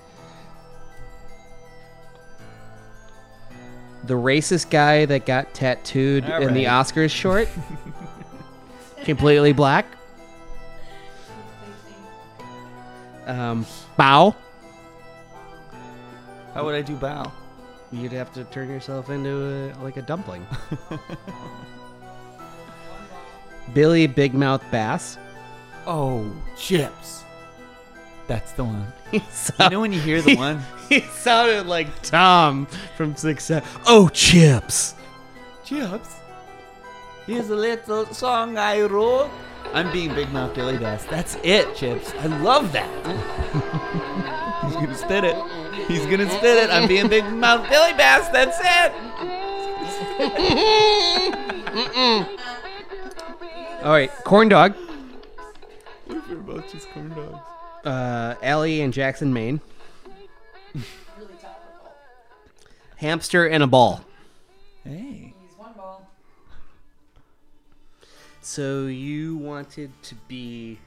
C: The racist guy that got tattooed
A: All
C: in the
A: right.
C: Oscars short, completely black. Um, bow.
A: How would I do bow?
C: You'd have to turn yourself into a, like a dumpling. Billy Big Mouth Bass.
I: Oh, chips. That's the one.
A: you know when you hear the one?
C: He sounded like Tom from Six Seven. Oh, chips.
A: Chips. Here's a little song I wrote. I'm being Big Mouth Billy Bass. That's it, Chips. I love that. He's gonna spit it. He's gonna spit it. I'm being Big Mouth Billy Bass. That's it.
C: All right, corn dog.
T: If you're about just corn dogs.
C: Uh, Ellie and Jackson, Maine. Hamster and a ball.
A: Hey.
S: He's one ball.
C: So you wanted to be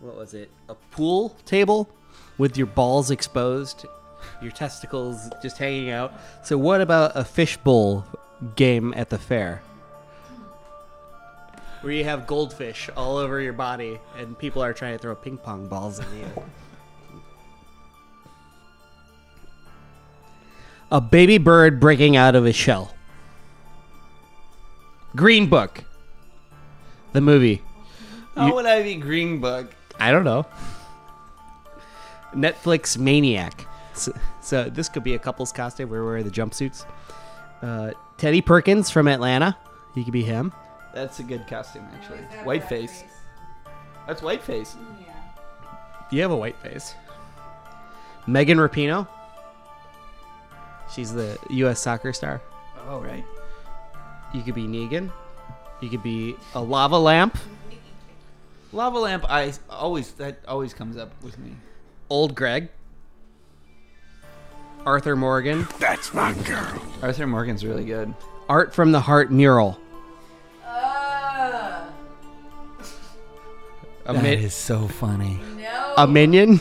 C: what was it? A pool table with your balls exposed, your testicles just hanging out. So what about a fishbowl game at the fair? Where you have goldfish all over your body and people are trying to throw ping pong balls at you. a baby bird breaking out of his shell. Green Book. The movie.
A: How
C: You-
A: would I be Green Bug?
C: I don't know. Netflix Maniac. So, so this could be a couple's costume. We're wearing the jumpsuits. Uh, Teddy Perkins from Atlanta. He could be him.
A: That's a good costume, actually. White face. That's white face.
C: You have a white face. Megan Rapino. She's the U.S. soccer star.
A: Oh, right.
C: You could be Negan. You could be a lava lamp.
A: Lava lamp. I always that always comes up with me.
C: Old Greg. Arthur Morgan.
A: That's my girl. Arthur Morgan's really good.
C: Art from the Heart mural.
S: Uh,
C: A
I: That
C: min-
I: is so funny.
C: A minion.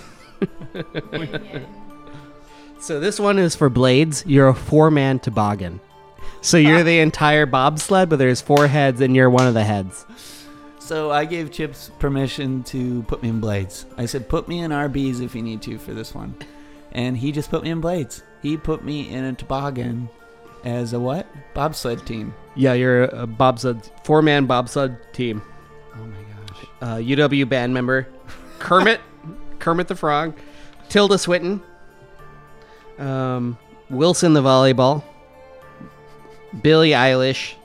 C: so this one is for blades. You're a four-man toboggan. So you're the entire bobsled, but there's four heads, and you're one of the heads.
A: So I gave Chips permission to put me in blades. I said, put me in RBs if you need to for this one. And he just put me in blades. He put me in a toboggan as a what? Bobsled team.
C: Yeah, you're a bobsled four-man bobsled team.
A: Oh my gosh.
C: Uh, UW band member Kermit, Kermit the Frog, Tilda Swinton, um, Wilson the volleyball, Billie Eilish,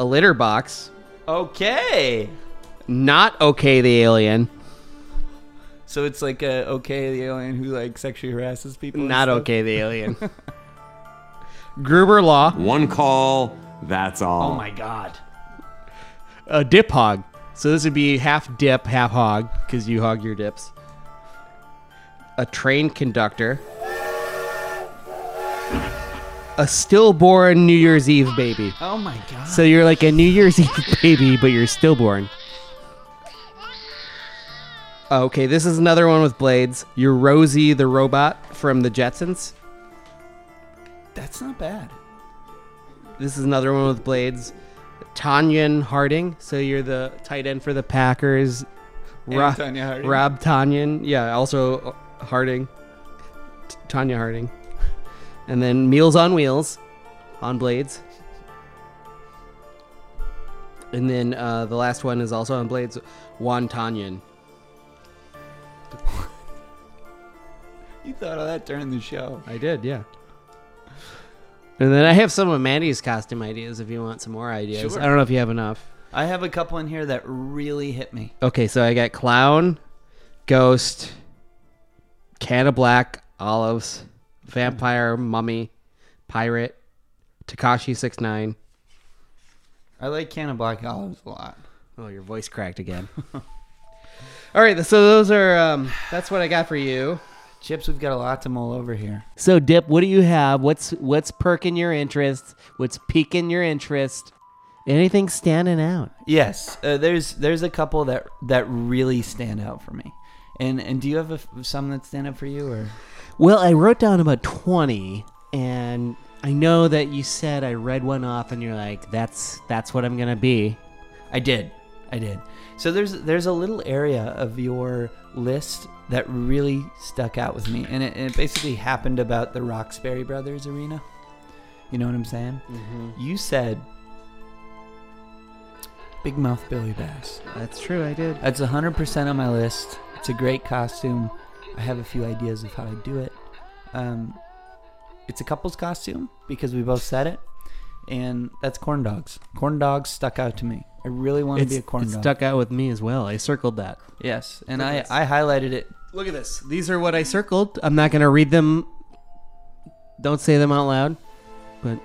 C: a litter box,
A: Okay.
C: not okay the alien.
A: So it's like a okay the alien who like sexually harasses people. and
C: Not
A: stuff?
C: okay, the alien. Gruber Law.
U: One call, that's all.
A: Oh my god.
C: A dip hog. So this would be half dip, half hog, because you hog your dips. A train conductor. A stillborn New Year's Eve baby.
A: Oh my god.
C: So you're like a New Year's Eve baby, but you're stillborn. Okay, this is another one with blades. You're Rosie the robot from the Jetsons.
A: That's not bad.
C: This is another one with blades. Tanyan Harding. So you're the tight end for the Packers.
A: And Tanya Harding.
C: Rob Tanyan. Yeah, also uh, Harding. T- Tanya Harding. And then Meals on Wheels on blades. And then uh, the last one is also on blades. Juan Tanyan.
A: You thought of that during the show.
C: I did, yeah. And then I have some of Mandy's costume ideas if you want some more ideas.
A: Sure.
C: I don't know if you have enough.
A: I have a couple in here that really hit me.
C: Okay, so I got clown, ghost, can of black, Olives, Vampire, Mummy, Pirate, Takashi Six Nine.
A: I like Can of Black Olives a lot.
C: Oh, your voice cracked again. All right, so those are um, that's what I got for you.
A: Chips, we've got a lot to mull over here.
C: So Dip, what do you have? What's what's perking your interest? What's piquing your interest? Anything standing out?
A: Yes, uh, there's there's a couple that that really stand out for me. And and do you have a f some that stand out for you or?
C: Well, I wrote down about 20 and I know that you said I read one off and you're like that's that's what I'm going to be.
A: I did. I did. So there's there's a little area of your list that really stuck out with me, and it, and it basically happened about the Roxbury Brothers arena. You know what I'm saying?
C: Mhm.
A: You said Big Mouth Billy Bass.
C: That's true. I did.
A: That's 100% on my list. It's a great costume. I have a few ideas of how I do it. Um, it's a couple's costume because we both said it, and that's corn dogs. Corn dogs stuck out to me. I really want to
C: It's-
A: be a corn
C: it
A: dog.
C: stuck out with me as well. I circled that.
A: Yes, and
C: Look at
A: I,
C: this.
A: I highlighted it.
C: Look at this. These are what I circled. I'm not going to read them. Don't say them out loud. But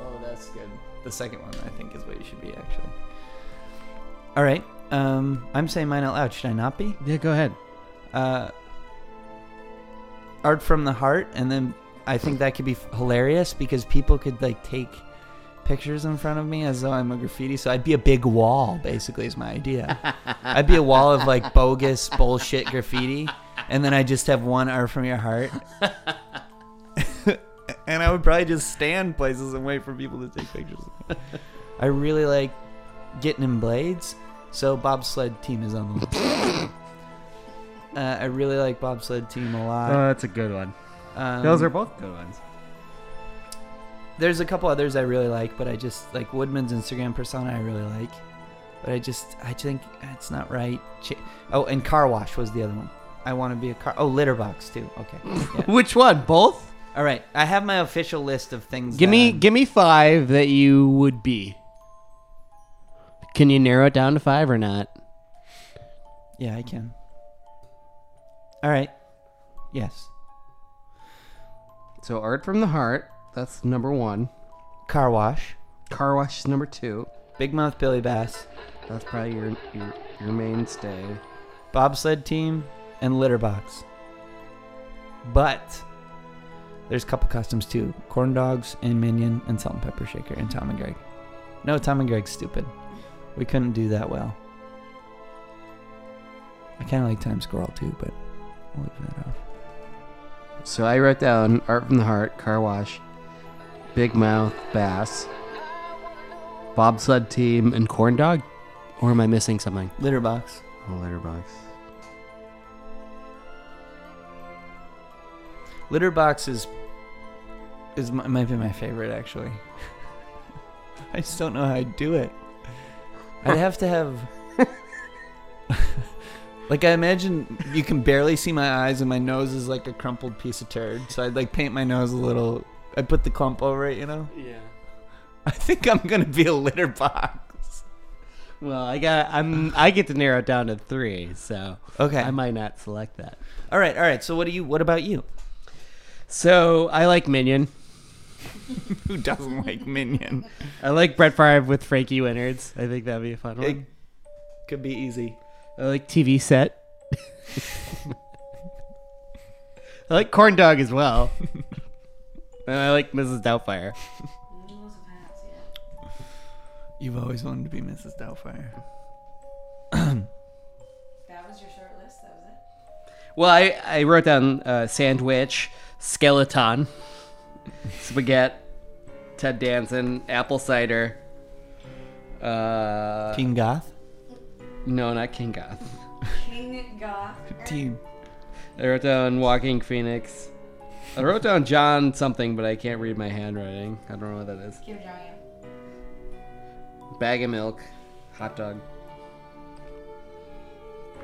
A: Oh, that's good. The second one I think is what you should be actually. All right. Um, I'm saying mine out loud. Should I not be?
C: Yeah, go ahead.
A: Uh, art from the heart, and then I think that could be f- hilarious because people could like take pictures in front of me as though I'm a graffiti. So I'd be a big wall, basically, is my idea. I'd be a wall of like bogus bullshit graffiti, and then I just have one art from your heart. and I would probably just stand places and wait for people to take pictures. of me. I really like getting in blades, so bobsled team is on the list. Uh, I really like bobsled team a lot.
C: Oh, that's a good one. Those are both good ones.
A: Um, There's a couple others I really like, but I just like Woodman's Instagram persona. I really like, but I just I think it's not right. Ch- oh, and car wash was the other one. I want to be a car. Oh, litter box too. Okay. Yeah.
C: Which one? Both?
A: All right. I have my official list of things.
C: Give
A: that
C: me
A: I'm-
C: give me 5 that you would be. Can you narrow it down to 5 or not?
A: Yeah, I can. All right. Yes.
C: So art from the heart, that's number 1.
A: Car wash.
C: Car wash is number 2.
A: Big mouth Billy Bass.
C: That's probably your your, your mainstay.
A: bobsled team, and litter box. But there's a couple customs too: corn dogs and minion and salt and pepper shaker and Tom and Greg. No, Tom and Greg's stupid. We couldn't do that well. I kind of like time squirrel too, but we'll leave that off.
C: So I wrote down Art from the Heart, Car Wash, Big Mouth, Bass, Bobsled Team, and Corn Dog? Or am I missing something?
A: Litter box.
C: Oh, Letterbox.
A: Litter box is is my, might be my favorite actually. I just don't know how I'd do it. I'd have to have like I imagine you can barely see my eyes and my nose is like a crumpled piece of turd. So I'd like paint my nose a little. I would put the clump over it, you know.
C: Yeah.
A: I think I'm gonna be a litter box.
C: Well, I got I'm I get to narrow it down to three, so
A: Okay.
C: I might not select that.
A: All right, all right. So what do you? What about you?
C: So I like Minion.
A: Who doesn't like minion?
C: I like Brett Favre with Frankie Winards. I think that'd be a fun
A: It
C: one.
A: could be easy.
C: I like TV set. I like Corn Dog as well. and I like Mrs. Doubtfire.
A: You've always wanted to be Mrs. Doubtfire.
S: That was your short list. That was it.
C: Well, I, I wrote down uh, sandwich, skeleton, spaghetti, Ted Danson, apple cider. Uh,
A: King Goth.
C: No, not King Goth.
S: King Goth.
A: Team.
C: I wrote down Walking Phoenix. I wrote down John something, but I can't read my handwriting. I don't know what that is.
S: Kim Jong Un.
C: Bag of milk, hot dog,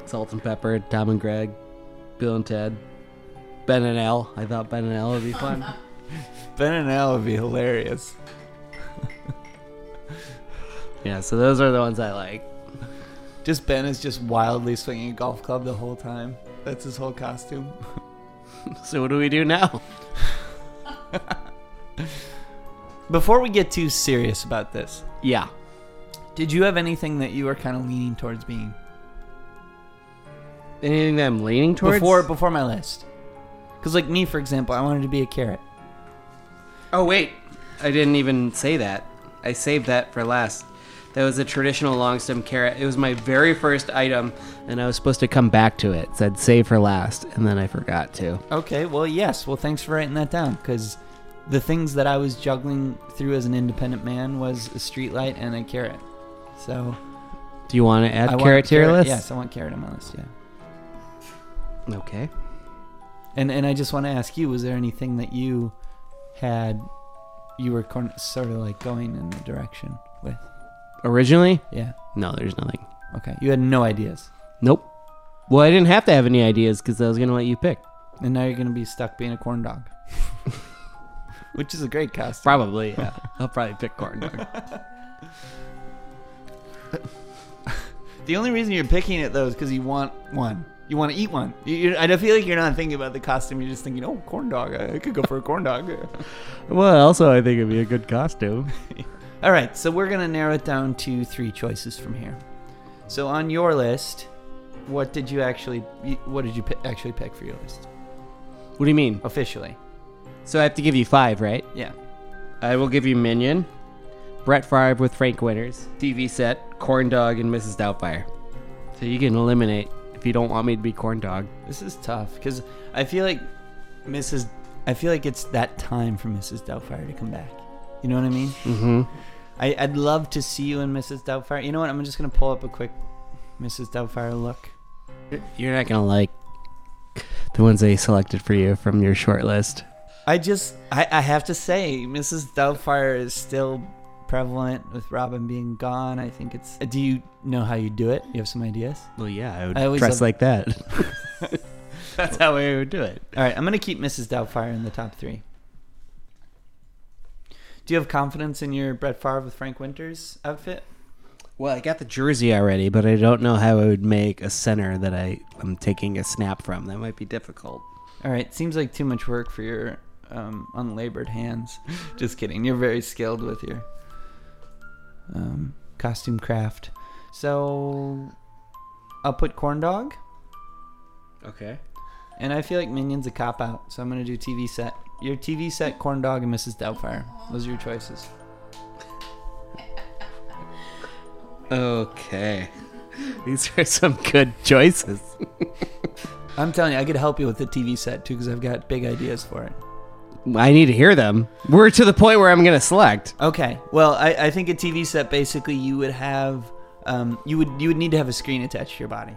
C: salt and pepper, Tom and Greg, Bill and Ted, Ben and Al. I thought Ben and Al would be fun.
A: Ben and Al would be hilarious.
C: yeah, so those are the ones I like.
A: Just Ben is just wildly swinging a golf club the whole time. That's his whole costume.
C: so what do we do now?
A: Before we get too serious about this,
C: yeah.
A: Did you have anything that you were kind of leaning towards being
C: Anything that I'm leaning towards?
A: before before my list? Because like me, for example, I wanted to be a carrot.
C: Oh wait, I didn't even say that. I saved that for last. That was a traditional long stem carrot. It was my very first item, and I was supposed to come back to it. It said save for last, and then I forgot to.
A: Okay, well, yes. Well, thanks for writing that down because the things that I was juggling through as an independent man was a streetlight and a carrot. So
C: Do you want to add
A: I want
C: carrot to your list?
A: Yes, I want carrot on my list. Yeah,
C: Okay.
A: and and I just want to ask you: was there anything that you had you were corn- sort of like going in the direction with?
C: Originally?
A: Yeah.
C: No, there's nothing.
A: Okay, you had no ideas,
C: Nope. Well, I didn't have to have any ideas because I was gonna let you pick.
A: and now you're gonna be stuck being a corn dog, which is a great costume.
C: Probably, yeah. I'll probably pick corn dog.
A: The only reason you're picking it though is because you want one. You want to eat one. You, you, I feel like you're not thinking about the costume. You're just thinking, oh, corn dog. I, I could go for a corn dog.
C: Well, also I think it'd be a good costume.
A: All right, so we're gonna narrow it down to three choices from here. So on your list, what did you actually? you- What did you pi- actually pick for your list
C: what do you mean?
A: officially?
C: So I have to give you five, right?
A: Yeah.
C: I will give you Minion, Brett Favre with Frank Winters, TV set, Corn Dog, and Mrs. Doubtfire. So you can eliminate if you don't want me to be Corn Dog.
A: This is tough because I feel like Mrs. I feel like it's that time for Mrs. Doubtfire to come back. You know what I mean?
C: Mm-hmm.
A: I, I'd love to see you in Mrs. Doubtfire. You know what? I'm just gonna pull up a quick Mrs. Doubtfire look.
C: You're not gonna like the ones they selected for you from your short list.
A: I just, I, I have to say, Mrs. Doubtfire is still prevalent with Robin being gone. I think it's. Do you know how you do it? You have some ideas?
C: Well, yeah, I would
A: I always
C: dress
A: love-
C: like that. That's how I would do it.
A: All right, I'm gonna keep Mrs. Doubtfire in the top three. Do you have confidence in your Brett Favre with Frank Winters outfit?
C: Well, I got the jersey already, but I don't know how I would make a center that I am taking a snap from. That might be difficult.
A: All right, seems like too much work for your um, unlabored hands. Just kidding. You're very skilled with your um, costume craft. So I'll put corn dog,
C: Okay.
A: and I feel like Minion's a cop out, so I'm gonna do TV set. Your TV set, corn dog, and Mrs. Doubtfire. Those are your choices.
C: Okay. These are some good choices.
A: I'm telling you, I could help you with the TV set too, because I've got big ideas for it.
C: I need to hear them. We're to the point where I'm going to select.
A: Okay. Well, I, I think a TV set basically you would have, um, you would you would need to have a screen attached to your body.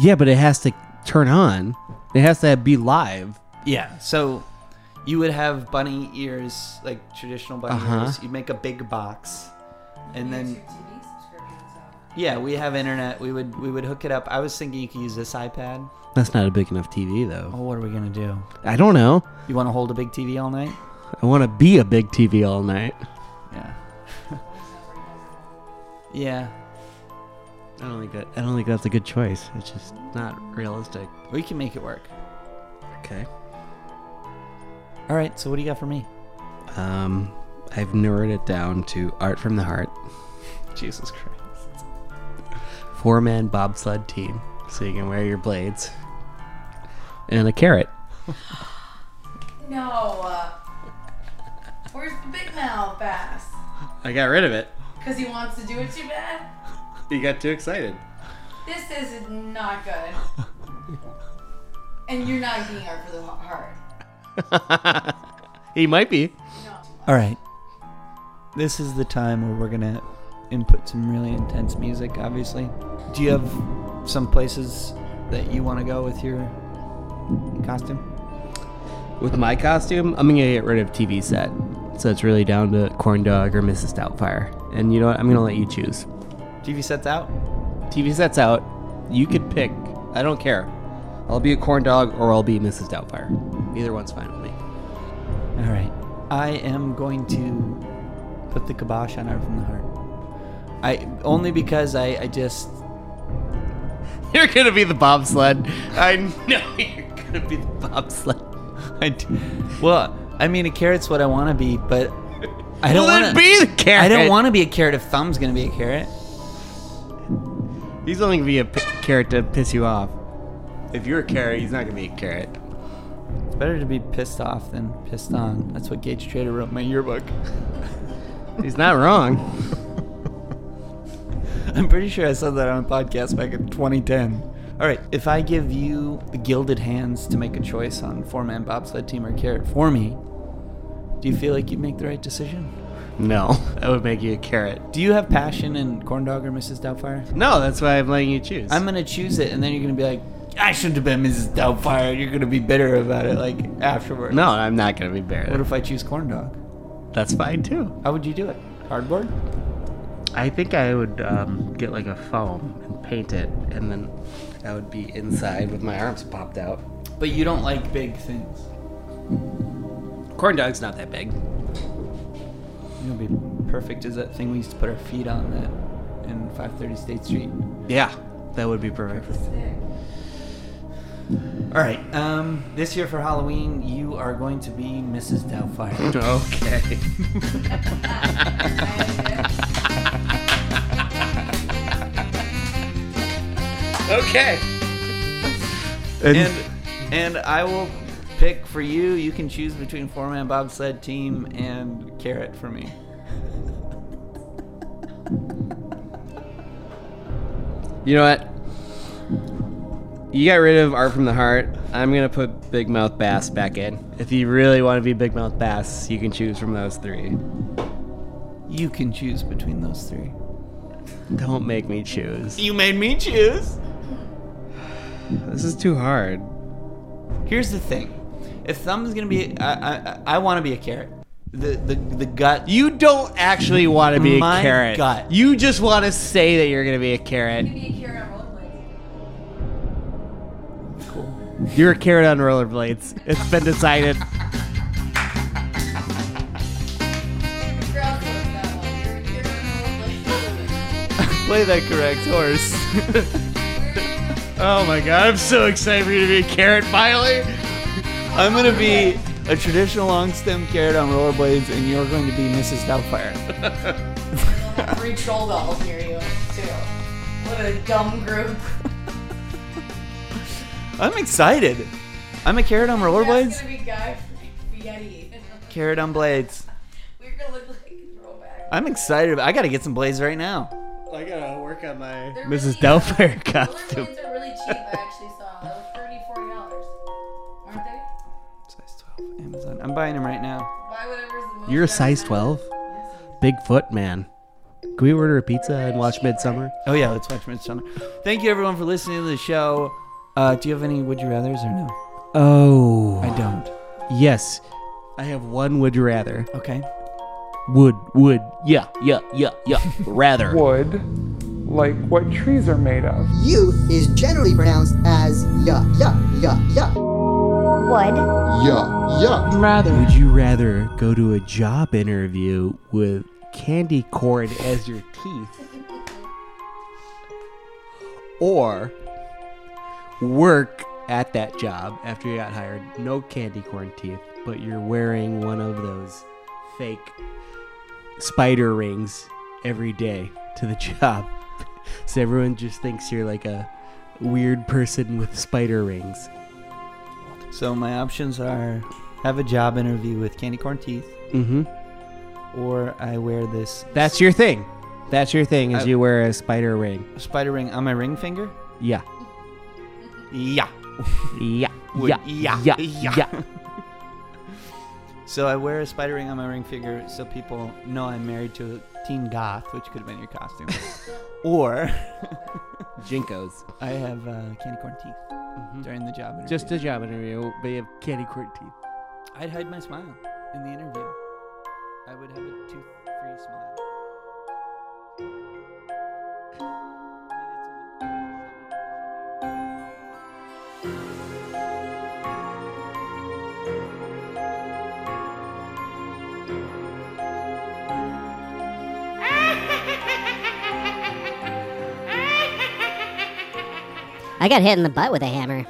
C: Yeah, but it has to turn on. It has to be live.
A: Yeah. So you would have bunny ears, like traditional bunny
C: Uh-huh.
A: ears. You'd make a big box, and then yeah, we have internet. We would we would hook it up. I was thinking you could use this iPad.
C: That's not a big enough TV, though.
A: Oh, what are we gonna do?
C: I don't know.
A: You want to hold a big TV all night?
C: I want to be a big TV all night.
A: Yeah. yeah.
C: I don't think that. I don't think that's a good choice. It's just not realistic.
A: We can make it work.
C: Okay.
A: All right. So what do you got for me?
C: Um, I've narrowed it down to art from the heart,
A: Jesus Christ.
C: four man bobsled team, so you can wear your blades, and a carrot.
S: No. uh, Where's the big mouth bass?
C: I got rid of it.
S: Because he wants to do it too bad?
C: You got too excited.
S: This is not good. And you're not being art for the heart.
C: he might be.
A: All right. This is the time where we're gonna input some really intense music. Obviously, do you have some places that you want to go with your costume?
C: With my costume, I'm gonna get rid of TV set. So it's really down to Corn Dog or Mrs. Doubtfire. And you know what? I'm gonna let you choose.
A: TV sets out.
C: TV set's out. You could pick. I don't care. I'll be a corn dog or I'll be Mrs. Doubtfire. Either one's fine with me.
A: All right. I am going to put the kibosh on Art from the Heart. I only because I, I just
C: You're gonna be the bobsled. I know you're gonna be the bobsled.
A: I d- well, I mean, a carrot's what I want to be, but I
C: Well,
A: don't
C: then
A: want to
C: be the
A: I don't
C: carrot.
A: want to be a carrot if Thumb's gonna be a carrot.
C: He's only gonna be a p- carrot to piss you off. If you're a carrot, he's not gonna be a carrot.
A: It's better to be pissed off than pissed on. That's what Gage Trader wrote in my yearbook.
C: He's not wrong.
A: I'm pretty sure I said that on a podcast back in 2010. All right, if I give you the gilded hands to make a choice on four-man bobsled team or carrot for me, do you feel like you'd make the right decision?
C: No, that would make you a carrot.
A: Do you have passion in Corndog or Mrs. Doubtfire?
C: No, that's why I'm letting you choose.
A: I'm gonna choose it, and then you're gonna be like, I shouldn't have been Mrs. Doubtfire. and You're gonna be bitter about it, like afterwards.
C: No, I'm not gonna be buried.
A: What if I choose Corndog?
C: That's fine too.
A: How would you do it? Cardboard?
C: I think I would um, get like a foam and paint it, and then I would be inside with my arms popped out.
A: But you don't like big things.
C: Corn dog's not that big.
A: You'll be perfect as that thing we used to put our feet on that in 530 State Street.
C: Yeah, that would be perfect.
A: All right. Um, this year for Halloween, you are going to be Mrs. Doubtfire.
C: Okay. okay.
A: And, and I will pick for you. You can choose between four man bobsled team and carrot for me.
C: You know what? You got rid of Art from the Heart. I'm gonna put Big Mouth Bass back in. If you really want to be Big Mouth Bass, you can choose from those three.
A: You can choose between those three.
C: Don't make me choose.
A: You made me choose.
C: This is too hard.
A: Here's the thing: if Thumb's gonna be, I, I, I want to be a carrot. The, the, the gut.
C: You don't actually want to be a carrot.
A: gut.
C: You just want to say that you're gonna be a carrot. You're a carrot on rollerblades. It's been decided.
A: Play that correct horse.
C: oh my god, I'm so excited for you to be a carrot finally.
A: I'm gonna be a traditional long stem carrot on rollerblades, and you're going to be Mrs. Doubtfire.
S: Three troll dolls near you, too. What a dumb group.
A: I'm excited. I'm a carrot on
S: That's
A: rollerblades.
S: gonna be Guy Fieri.
A: Carrot on blades.
S: We're gonna look like throwback.
A: I'm excited. about- I gotta get some blades right now.
C: I gotta work on my
S: Mrs.
C: Doubtfire
S: Rollerblades are really cheap. I actually saw they were thirty, forty dollars, aren't they?
A: Size 12, Amazon. I'm buying them right now.
S: Buy whatever's the most.
C: You're a size 12? Bigfoot man. Can we order a pizza and watch Midsummer?
A: Oh yeah, let's watch Midsummer. Thank you everyone for listening to the show. Uh, do you have any would you rather's or no?
C: Oh.
A: I don't.
C: Yes. I have one would you rather.
A: Okay.
C: Would, would, yeah, yeah, yeah, yeah, rather.
V: Wood, like what trees are made of.
W: You is generally pronounced as yuh, yuh, yuh, yuh. Would.
C: Yeah, yeah. Rather. Would you rather go to a job interview with candy corn as your teeth or work at that job after you got hired? No candy corn teeth, but you're wearing one of those fake spider rings every day to the job. so everyone just thinks you're like a weird person with spider rings.
A: So my options are have a job interview with candy corn teeth,
C: Mm-hmm.
A: or I wear this
C: That's your thing. That's your thing is
A: I-
C: you wear a spider ring.
A: spider ring on my ring finger.
C: Yeah.
A: Yeah.
C: Yeah.
A: Would-
C: Yeah.
A: yeah,
C: Yeah.
A: yeah.
C: Yeah.
A: So I wear a spider ring on my ring finger so people know I'm married to a teen goth, which could have been your costume. or
C: Jinkos.
A: I have uh, candy corn teeth during the job interview.
C: Just a job interview, but you have candy corn teeth.
A: I'd hide my smile in the interview. I would have a tooth-free smile.
X: I got hit in the butt with a hammer.